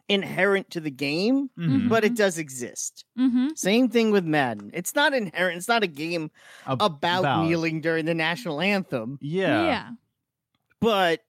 inherent to the game, Mhm. but it does exist. Mhm. Same thing with Madden. It's not inherent. It's not a game Ab- about, about. kneeling during the national anthem. yeah. yeah. But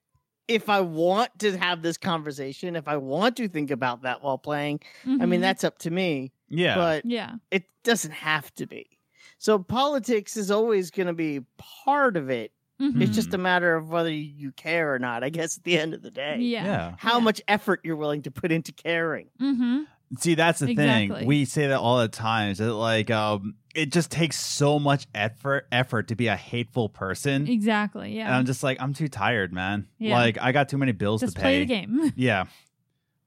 if I want to have this conversation, if I want to think about that while playing, I mean, Mhm. that's up to me. Yeah. But yeah, it doesn't have to be. So politics is always going to be part of it. Mhm. It's just a matter of whether you care or not, I guess, at the end of the day. yeah. yeah. How Yeah. much effort you're willing to put into caring. Mm-hmm. See, that's the Exactly. thing. We say that all the time. Is that like um it just takes so much effort effort to be a hateful person. Exactly. E-, Yeah. And I'm just like, I'm too tired, man. Yeah. Like I got too many bills just to pay. play the game. Yeah.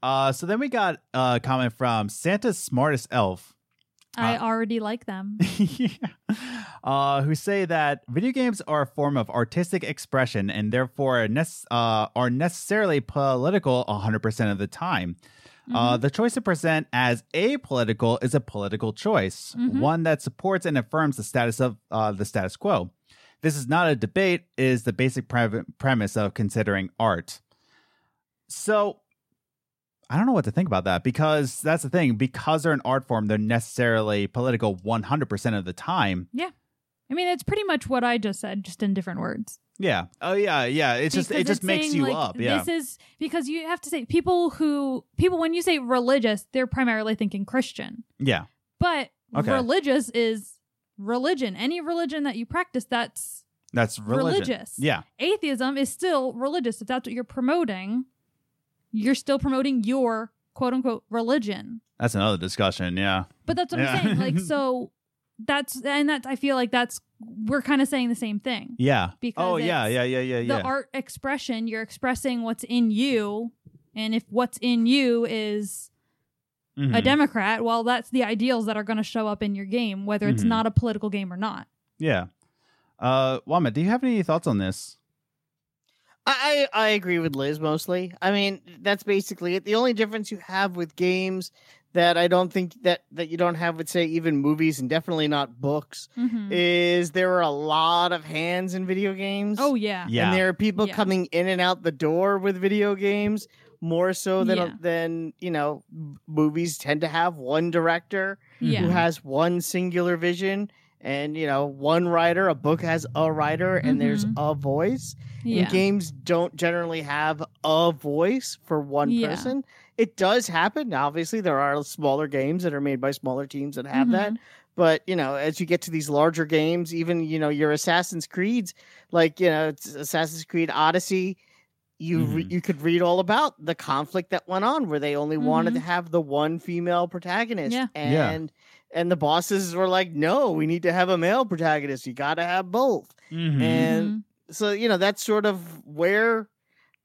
Uh so then we got a comment from Santa's smartest elf. I Uh, already like them. yeah. uh, who say that video games are a form of artistic expression and therefore nece- uh, are necessarily political 100% of the time. Mm-hmm. Uh, the choice to present as apolitical is a political choice, Mhm. one that supports and affirms the status of uh, the status quo. This is not a debate; it is the basic pre- premise of considering art. So, I don't know what to think about that because that's the thing. Because they're an art form, they're necessarily political one hundred percent of the time. I mean, it's pretty much what I just said, just in different words. Yeah. Oh yeah, yeah. It's just Because it just it's makes saying, you like, up. Yeah. This is because you have to say people who people when you say religious, they're primarily thinking Christian, yeah. but Okay. religious is religion. Any religion that you practice, that's That's religion. religious. Yeah. atheism is still religious. If that's what you're promoting, you're still promoting your quote unquote religion. That's another discussion. Yeah. But that's what Yeah. I'm saying. Like so that's and that's I feel like that's we're kind of saying the same thing. Yeah. Because oh yeah. it's Yeah. Yeah. Yeah. Yeah. The art expression, you're expressing what's in you. And if what's in you is a Mhm. Democrat, well, that's the ideals that are going to show up in your game, whether it's Mhm. not a political game or not. Yeah. Uh Wama, do you have any thoughts on this? I, I I agree with Liz mostly. I mean, that's basically it. The only difference you have with games that I don't think that that you don't have with say even movies and definitely not books Mhm. is there are a lot of hands in video games. oh, yeah. Yeah. And there are people Yeah. coming in and out the door with video games more so than Yeah. than you know m- movies tend to have one director Yeah. who has one singular vision and you know one writer a book has a writer and there's Mhm. a voice and Yeah. games don't generally have a voice for one Yeah. person. It does happen. Obviously, there are smaller games that are made by smaller teams that have that. Mm-hmm. But you know, as you get to these larger games, even you know your Assassin's Creeds, like you know it's Assassin's Creed Odyssey, you re- Mhm. you could read all about the conflict that went on, where they only wanted Mhm. to have the one female protagonist, Yeah. Yeah. and and the bosses were like, no, we need to have a male protagonist. You got to have both and Mhm. so you know that's sort of where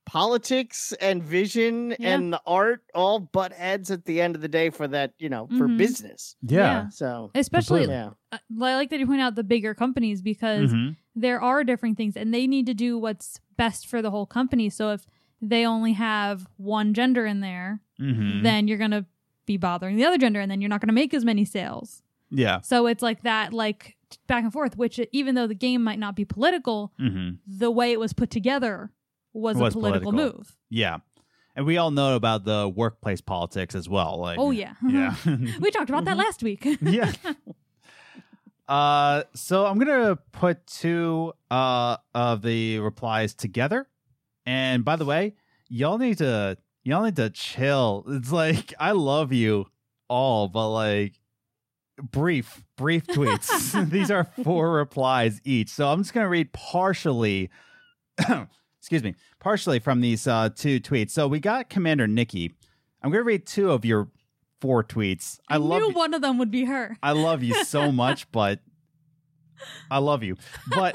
politics and vision Yeah. and the art all butt heads at the end of the day for that you know for Mhm. business yeah. so Especially, Completely. yeah uh, I like that you point out the bigger companies because Mhm. there are different things and they need to do what's best for the whole company. So if they only have one gender in there, Mhm. then you're going to be bothering the other gender and then you're not going to make as many sales. Yeah. So it's like that, like back and forth, which even though the game might not be political, Mhm. the way it was put together was, Was a political, political. move. Yeah. And we all know about the workplace politics as well. Like Oh, yeah. Yeah. Mm-hmm. we talked about that Mhm. last week. yeah. Uh so I'm gonna put two uh of the replies together. And by the way, y'all need to y'all need to chill. It's like I love you all, but like brief, brief tweets. These are four replies each. So I'm just gonna read partially excuse me, partially from these uh two tweets. So we got Commander Nikki. I'm gonna read two of your four tweets. I, love knew you. one of them would be her. I love you so much, but I love you. But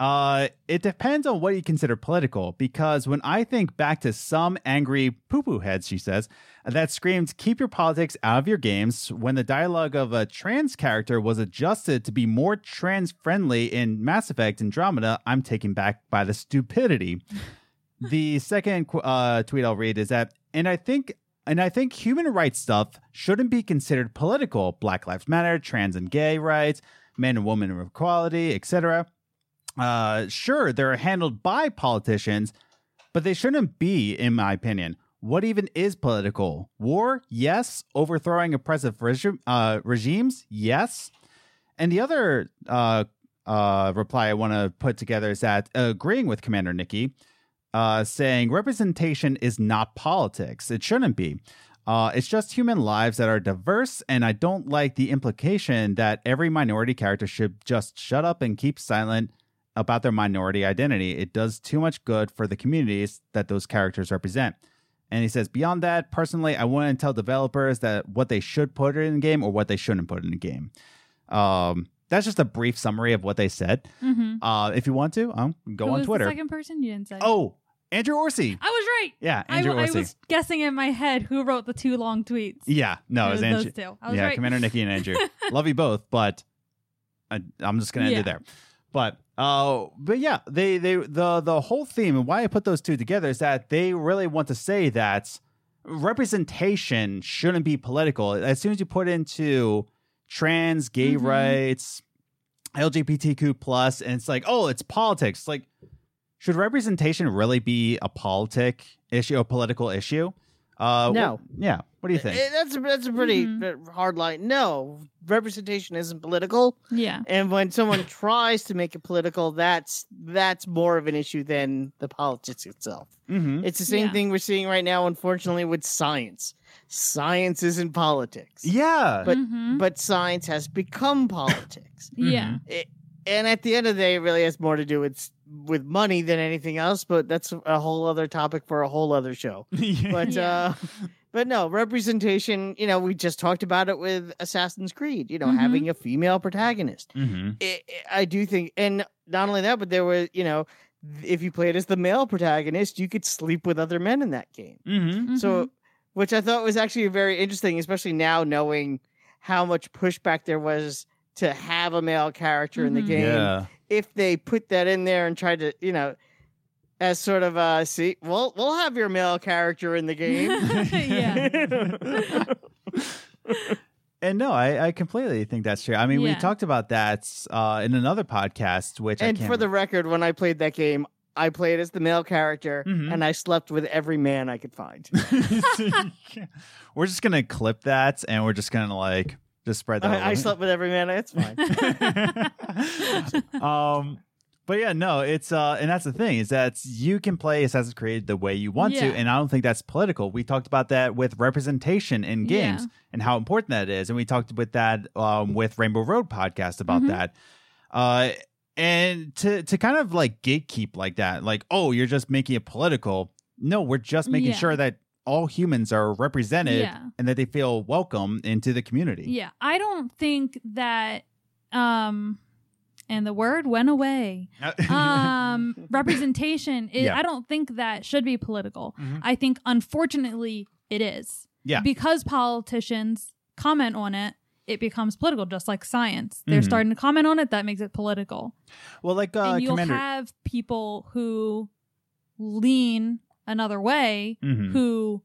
Uh, it depends on what you consider political, because when I think back to some angry poo poo heads, she says, that screamed, keep your politics out of your games, when the dialogue of a trans character was adjusted to be more trans friendly in Mass Effect Andromeda, I'm taken back by the stupidity. the second qu- uh, tweet I'll read is that, and I think. And I think human rights stuff shouldn't be considered political. Black Lives Matter, trans and gay rights, men and women equality, etc. Uh, sure, they're handled by politicians, but they shouldn't be, in my opinion. What even is political? War? Yes. Overthrowing oppressive regi- uh, regimes? Yes. And the other uh, uh, reply I want to put together is that agreeing with Commander Nikki, uh, saying representation is not politics. It shouldn't be. Uh, it's just human lives that are diverse, and I don't like the implication that every minority character should just shut up and keep silent about their minority identity. It does too much good for the communities that those characters represent. And he says, beyond that, personally, I wouldn't tell developers that what they should put in the game or what they shouldn't put in the game. Um, that's just a brief summary of what they said. Mm-hmm. Uh, if you want to, um, go Who on was Twitter. The second person you didn't say. Oh, Andrew Orsi. I was right. Yeah, I, Andrew w- I Orsi. was guessing in my head who wrote the two long tweets. yeah, no, it was Andrew. those two. I was yeah, right. Commander Nikki and Andrew. Love you both, but I, I'm just gonna end it Yeah. there. But uh, but yeah, they they the the whole theme and why I put those two together is that they really want to say that representation shouldn't be political. As soon as you put into trans, gay Mhm. rights, LGBTQ plus, and it's like, oh, it's politics. Like, should representation really be a politic issue, a political issue? Uh, wh- No. yeah. What do you think? Eh, That's a, that's a pretty Mhm. uh, hard line. No, representation isn't political, Yeah. and when someone tries to make it political, that's that's more of an issue than the politics itself. mm-hmm. It's the same Yeah. thing we're seeing right now, unfortunately, with science. Science isn't politics, Yeah. But- Mhm. but science has become politics. yeah. Mm-hmm. and at the end of the day, it really has more to do with with money than anything else. But that's a whole other topic for a whole other show. But Yeah. uh, but no representation. You know, we just talked about it with Assassin's Creed. You know, Mhm. having a female protagonist. hmm I I do think, and not only that, but there was you know, if you played as the male protagonist, you could sleep with other men in that game. hmm Mm-hmm. So, which I thought was actually very interesting, especially now knowing how much pushback there was to have a male character in the Mm-hmm. Mhm. game. Yeah. If they put that in there and tried to, you know, as sort of uh, see, well, we'll have your male character in the game. yeah. And no, I, I completely think that's true. I mean, we Yeah. talked about that uh, in another podcast, which I and can't for the record, when I played that game, I played as the male character Mm-hmm. Mhm. and I slept with every man I could find. we're just gonna clip that, and we're just gonna like just spread that. I, I around. slept with every man. It's fine. um but yeah no it's uh and that's the thing is that you can play assassin's creed the way you want Yeah. to and i don't think that's political we talked about that with representation in games Yeah. and how important that is and we talked with that um with rainbow road podcast about Mhm. that uh and to to kind of like gatekeep like that like oh you're just making it political no we're just making Yeah. sure that all humans are represented Yeah. and that they feel welcome into the community Yeah. I don't think that um and the word went away. Um representation is, Yeah. I don't think that should be political. Mhm. I think unfortunately it is. Yeah. Because politicians comment on it, it becomes political just like science. They're Mhm. starting to comment on it, that makes it political. well like uh and you'll commander have people who lean another way Mhm. who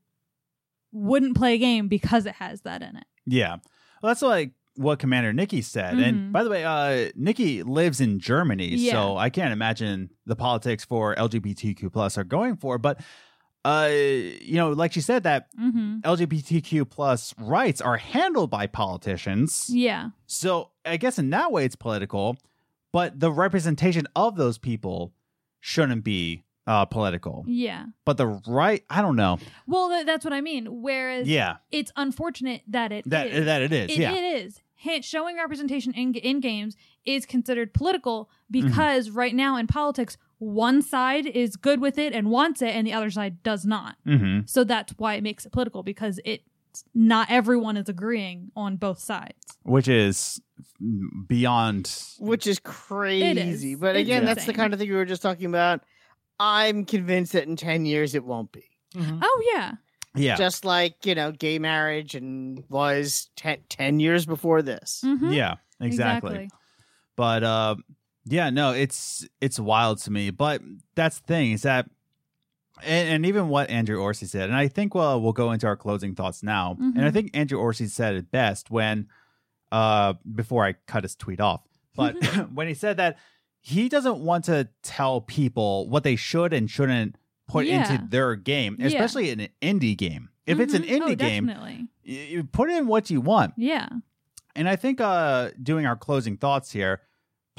wouldn't play a game because it has that in it. Yeah. Well, that's like what Commander Nikki said. And Mhm. by the way, uh, Nikki lives in Germany, Yeah. so I can't imagine the politics for LGBTQ plus are going for. But uh, you know, like she said, that Mm-hmm. LGBTQ plus rights are handled by politicians. Yeah. So I guess in that way it's political, but the representation of those people shouldn't be uh, political. Yeah. But the right, I don't know. Well, th- that's what I mean. Whereas Yeah, it's unfortunate that it that is. that it is. It- yeah, it is. Ha- showing representation in, in games is considered political Mm-hmm. because right now in politics, one side is good with it and wants it, and the other side does not. Mm-hmm. So that's why it makes it political because it not everyone is agreeing on both sides. which is beyond. which is crazy. But It's again, that's the insane. kind of thing we were just talking about. I'm convinced that in 10 years it won't be. Mm-hmm. Oh yeah. Yeah. Just like, you know, gay marriage and was ten, 10 years before this. Mhm. Yeah. exactly. but uh yeah no it's it's wild to me but that's the thing is that and, and even what andrew orsi said and i think well we'll go into our closing thoughts now and i Mhm. think andrew orsi said it best when uh before i cut his tweet off but Mm-hmm. when he said that he doesn't want to tell people what they should and shouldn't put Yeah. into their game Yeah. especially in an indie game if it's an Mhm. Oh, indie game definitely. you, you put in what you want Yeah. and I think uh, doing our closing thoughts here,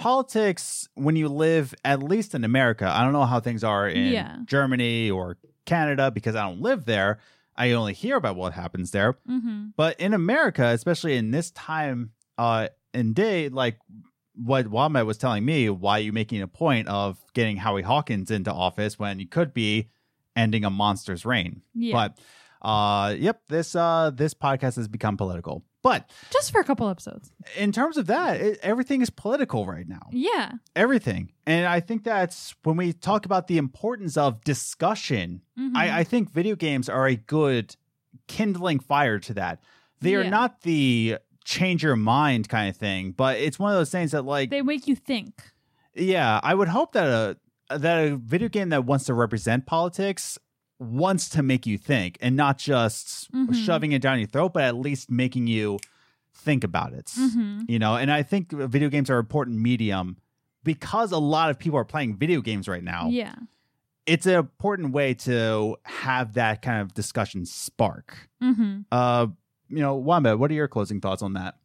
politics, when you live, at least in America, I don't know how things are in Yeah. Germany or Canada because I don't live there. I only hear about what happens there. Mm-hmm. But in America, especially in this time uh, and day, like what Wama was telling me, why are you making a point of getting Howie Hawkins into office when you could be ending a monster's reign? Yeah. But uh, yep, this uh, this podcast has become political. But Just for a couple episodes. in terms of that, it, everything is political right now. Yeah. Everything. And I think that's when we talk about the importance of discussion, Mhm. I, I think video games are a good kindling fire to that. They are Yeah. not the change your mind kind of thing, but it's one of those things that, like, they make you think. yeah, I would hope that a that a video game that wants to represent politics wants to make you think and not just Mhm. shoving it down your throat, but at least making you think about it Mm-hmm. you know and i think video games are an important medium because a lot of people are playing video games right now Yeah. it's an important way to have that kind of discussion spark Mm-hmm. uh you know wamba what are your closing thoughts on that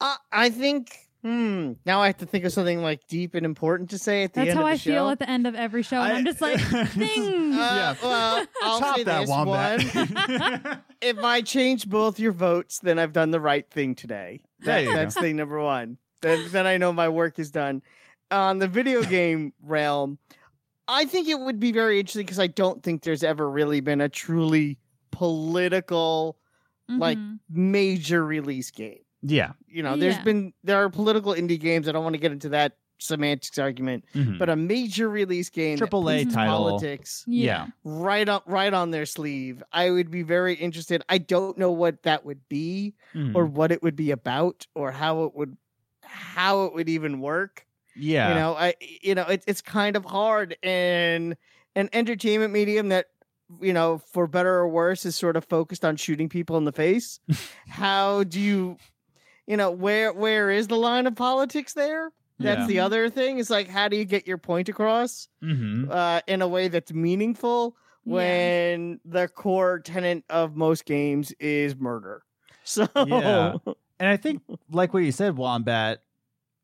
I, I think, hmm, now I have to think of something like deep and important to say at the That's end how of the I show. feel at the end of every show. And I, am just like, things. Uh, well, I'll Top say that this wombat one. if I change both your votes, then I've done the right thing today. There you go. that's thing number one. Then, then I know my work is done. On the video game realm, I think it would be very interesting because I don't think there's ever really been a truly political like- Mhm. major release game. yeah You know, there's Yeah. been there are political indie games. I don't want to get into that semantics argument, Mhm. but a major release game that Triple A puts title. politics yeah. right up right on their sleeve. I would be very interested. I don't know what that would be Mhm. or what it would be about or how it would how it would even work. yeah You know, I you know, it, it's kind of hard in an entertainment medium that you know, for better or worse is sort of focused on shooting people in the face. how do you you know, where where is the line of politics there? That's Yeah. the other thing. It's like how do you get your point across? Mhm. uh, in a way that's meaningful Yeah. when the core tenant of most games is murder. So Yeah. and i think like what you said wombat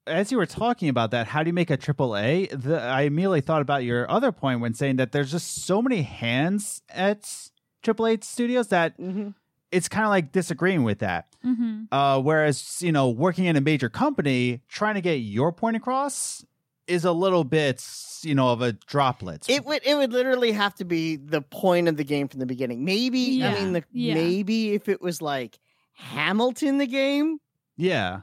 as you were talking about that, how do you make a triple A? The, I immediately thought about your other point when saying that there's just so many hands at triple A studios that Mhm. it's kind of like disagreeing with that. Mm-hmm. Uh, whereas, you know, working in a major company, trying to get your point across is a little bit, you know, of a droplet. it would it would literally have to be the point of the game from the beginning. Maybe I Yeah. mean the, Yeah. maybe if it was like Hamilton the game, yeah.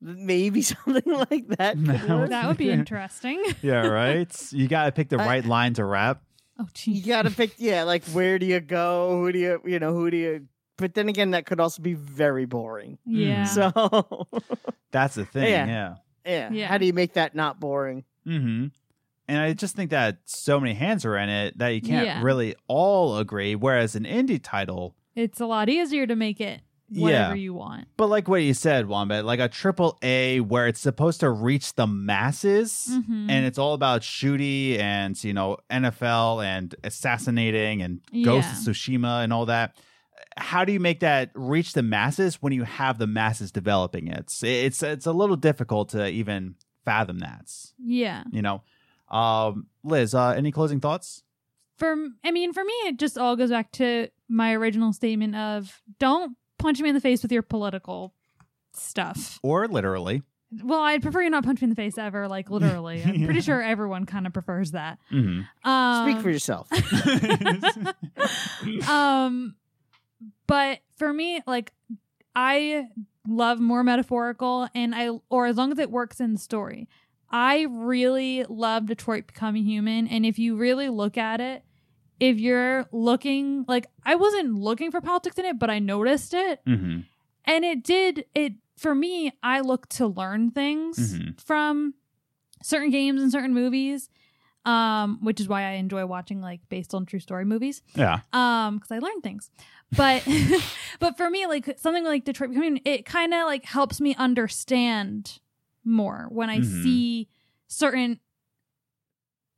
maybe something like that. could No. work. That would be interesting. Yeah, right? you got to pick the I- right line to rap. Oh, you geez. gotta pick yeah, like where do you go? Who do you you know, who do you but then again that could also be very boring. Yeah. Mm. So That's the thing. Yeah. yeah. yeah. Yeah. How do you make that not boring? Mm-hmm. And I just think that so many hands are in it that you can't Yeah. really all agree. Whereas an indie title, it's a lot easier to make it Yeah. whatever you want. but like what you said, Wombat, like a triple A where it's supposed to reach the masses Mhm. and it's all about shooty and, you know, NFL and assassinating and Ghost of Tsushima and all that. How do you make that reach the masses when you have the masses developing it? It's it's, it's a little difficult to even fathom that, yeah. you know. Um, Liz, uh, any closing thoughts? for I mean, for me, it just all goes back to my original statement of don't punch me in the face with your political stuff. or literally. Well, I'd prefer you not punch me in the face ever, like literally. I'm Yeah. pretty sure everyone kind of prefers that. Mm-hmm. Um, Speak for yourself. um, but for me, like I love more metaphorical, and I or as long as it works in the story. I really love Detroit Becoming Human, and if you really look at it, if you're looking like I wasn't looking for politics in it, but I noticed it, Mm-hmm. and it did it for me i look to learn things Mhm. from certain games and certain movies um which is why i enjoy watching like based on true story movies Yeah. um because i learn things but but for me like something like detroit Becoming, it kind of like helps me understand more when i Mhm. see certain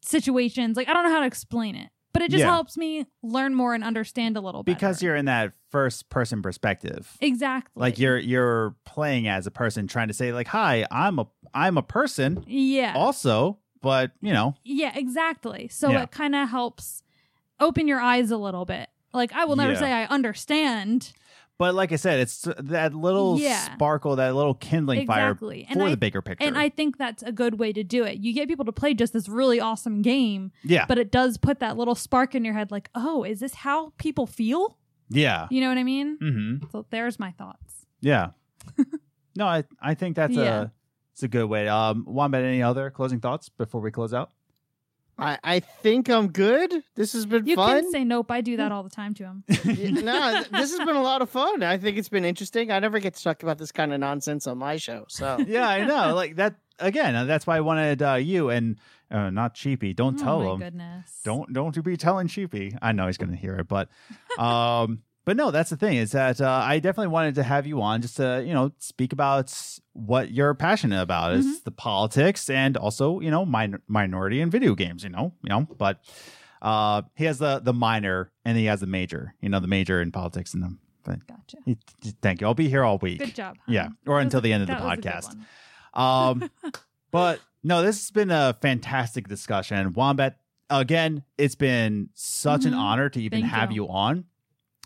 situations like i don't know how to explain it but it just Yeah. helps me learn more and understand a little bit Because you're in that first person perspective. exactly Like you're you're playing as a person trying to say like, "Hi, I'm a I'm a person yeah also, but, you know, Yeah, exactly. So Yeah. it kind of helps open your eyes a little bit. Like I will never Yeah. say I understand but like I said, it's that little Yeah. sparkle, that little kindling fire exactly, and for I the bigger picture. and I think that's a good way to do it. You get people to play just this really awesome game, yeah. but it does put that little spark in your head, like, oh, is this how people feel? yeah. You know what I mean? Mm-hmm. So there's my thoughts. Yeah. no, I I think that's Yeah. a it's a good way. Um, Wombat, any other closing thoughts before we close out? I, I think I'm good. This has been You fun. can say nope. I do that all the time to him. Yeah, no, th- this has been a lot of fun. I think it's been interesting. I never get to talk about this kind of nonsense on my show. So yeah, I know. Like that again. uh, That's why I wanted uh, you and uh, not Cheapy. Don't tell oh him. my goodness. Don't don't you be telling Cheapy. I know he's gonna hear it, but um, but no, that's the thing is that uh, I definitely wanted to have you on just to you know speak about what you're passionate about Mm-hmm. is the politics and also you know min- minority in video games. You know, you know, but uh, he has the the minor and he has the major. You know, the major in politics and the. But Gotcha. thank you. I'll be here all week. Good job. Yeah, hon. or That was until a- the end of the that was a good podcast. one. Um, but no, this has been a fantastic discussion. Wombat, again, it's been such an Mhm. honor to even Thank have you. you. on.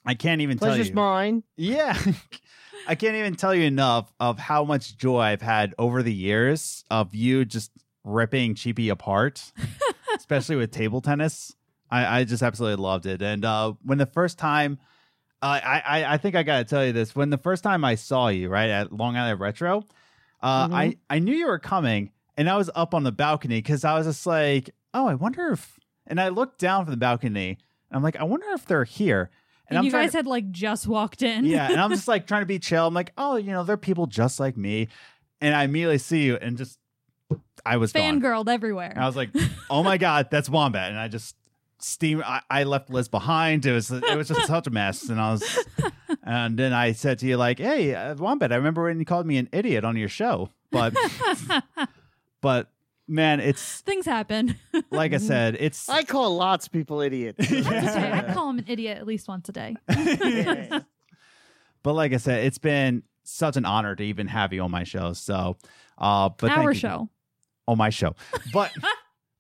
I can't even pleasure's tell you. mine. Yeah. I can't even tell you enough of how much joy I've had over the years of you just ripping Cheapy apart, especially with table tennis. I, I just absolutely loved it. And uh, when the first time, uh, I, I I think I gotta tell you this. When the first time I saw you right at Long Island Retro, uh, Mm-hmm. I I knew you were coming, and I was up on the balcony because I was just like, oh, I wonder if. And I looked down from the balcony, and I'm like, I wonder if they're here. And, I'm you trying guys to- had like just walked in. yeah, and I'm just like trying to be chill. I'm like, oh, you know, they're people just like me, and I immediately see you, and just I was gone. fangirled everywhere. And I was like, oh my god, that's Wombat, and I just steam. I, I left Liz behind. It was it was just such a mess, and I was, and then I said to you like, hey, uh, Wombat, I remember when you called me an idiot on your show, but but man, it's Things happen. like I said, it's I call lots of people idiots. Yeah. That's okay. I call him an idiot at least once a day. Yeah. but like I said, it's been such an honor to even have you on my show. So, uh, but thank Our you. show. on my show. But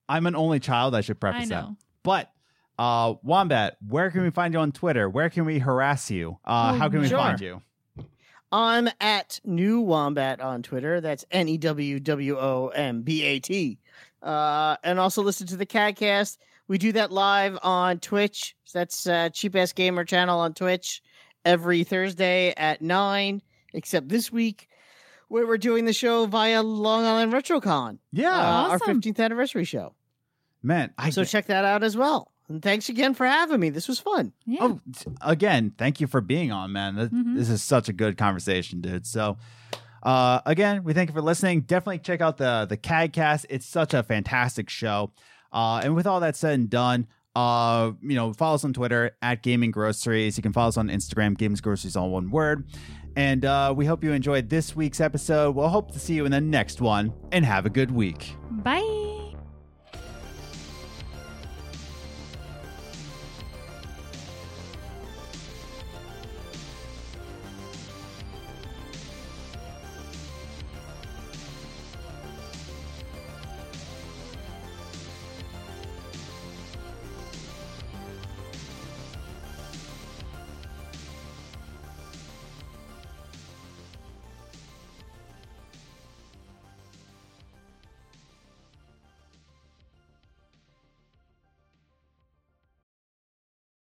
I'm an only child. I should I preface that. know. But uh, Wombat, where can we find you on Twitter? Where can we harass you? Uh, Oh, how can we Sure. find you? I'm at New Wombat on Twitter. That's N E W W O M B A T. Uh, and also listen to the CADcast. We do that live on Twitch. So that's uh, Cheap Ass Gamer channel on Twitch every Thursday at 9, except this week, where we're doing the show via Long Island RetroCon, uh, Yeah, our Awesome. 15th anniversary show. man. I So check that out as well. And thanks again for having me. This was fun. Yeah. Oh, t- again, thank you for being on, man. Th- Mhm. This is such a good conversation, dude. So, uh, again, we thank you for listening. Definitely check out the the CADcast. It's such a fantastic show. Uh, and with all that said and done, uh, you know, follow us on Twitter at Gaming Groceries. You can follow us on Instagram, Games Groceries, all one word. And uh, we hope you enjoyed this week's episode. We'll hope to see you in the next one, and have a good week. Bye.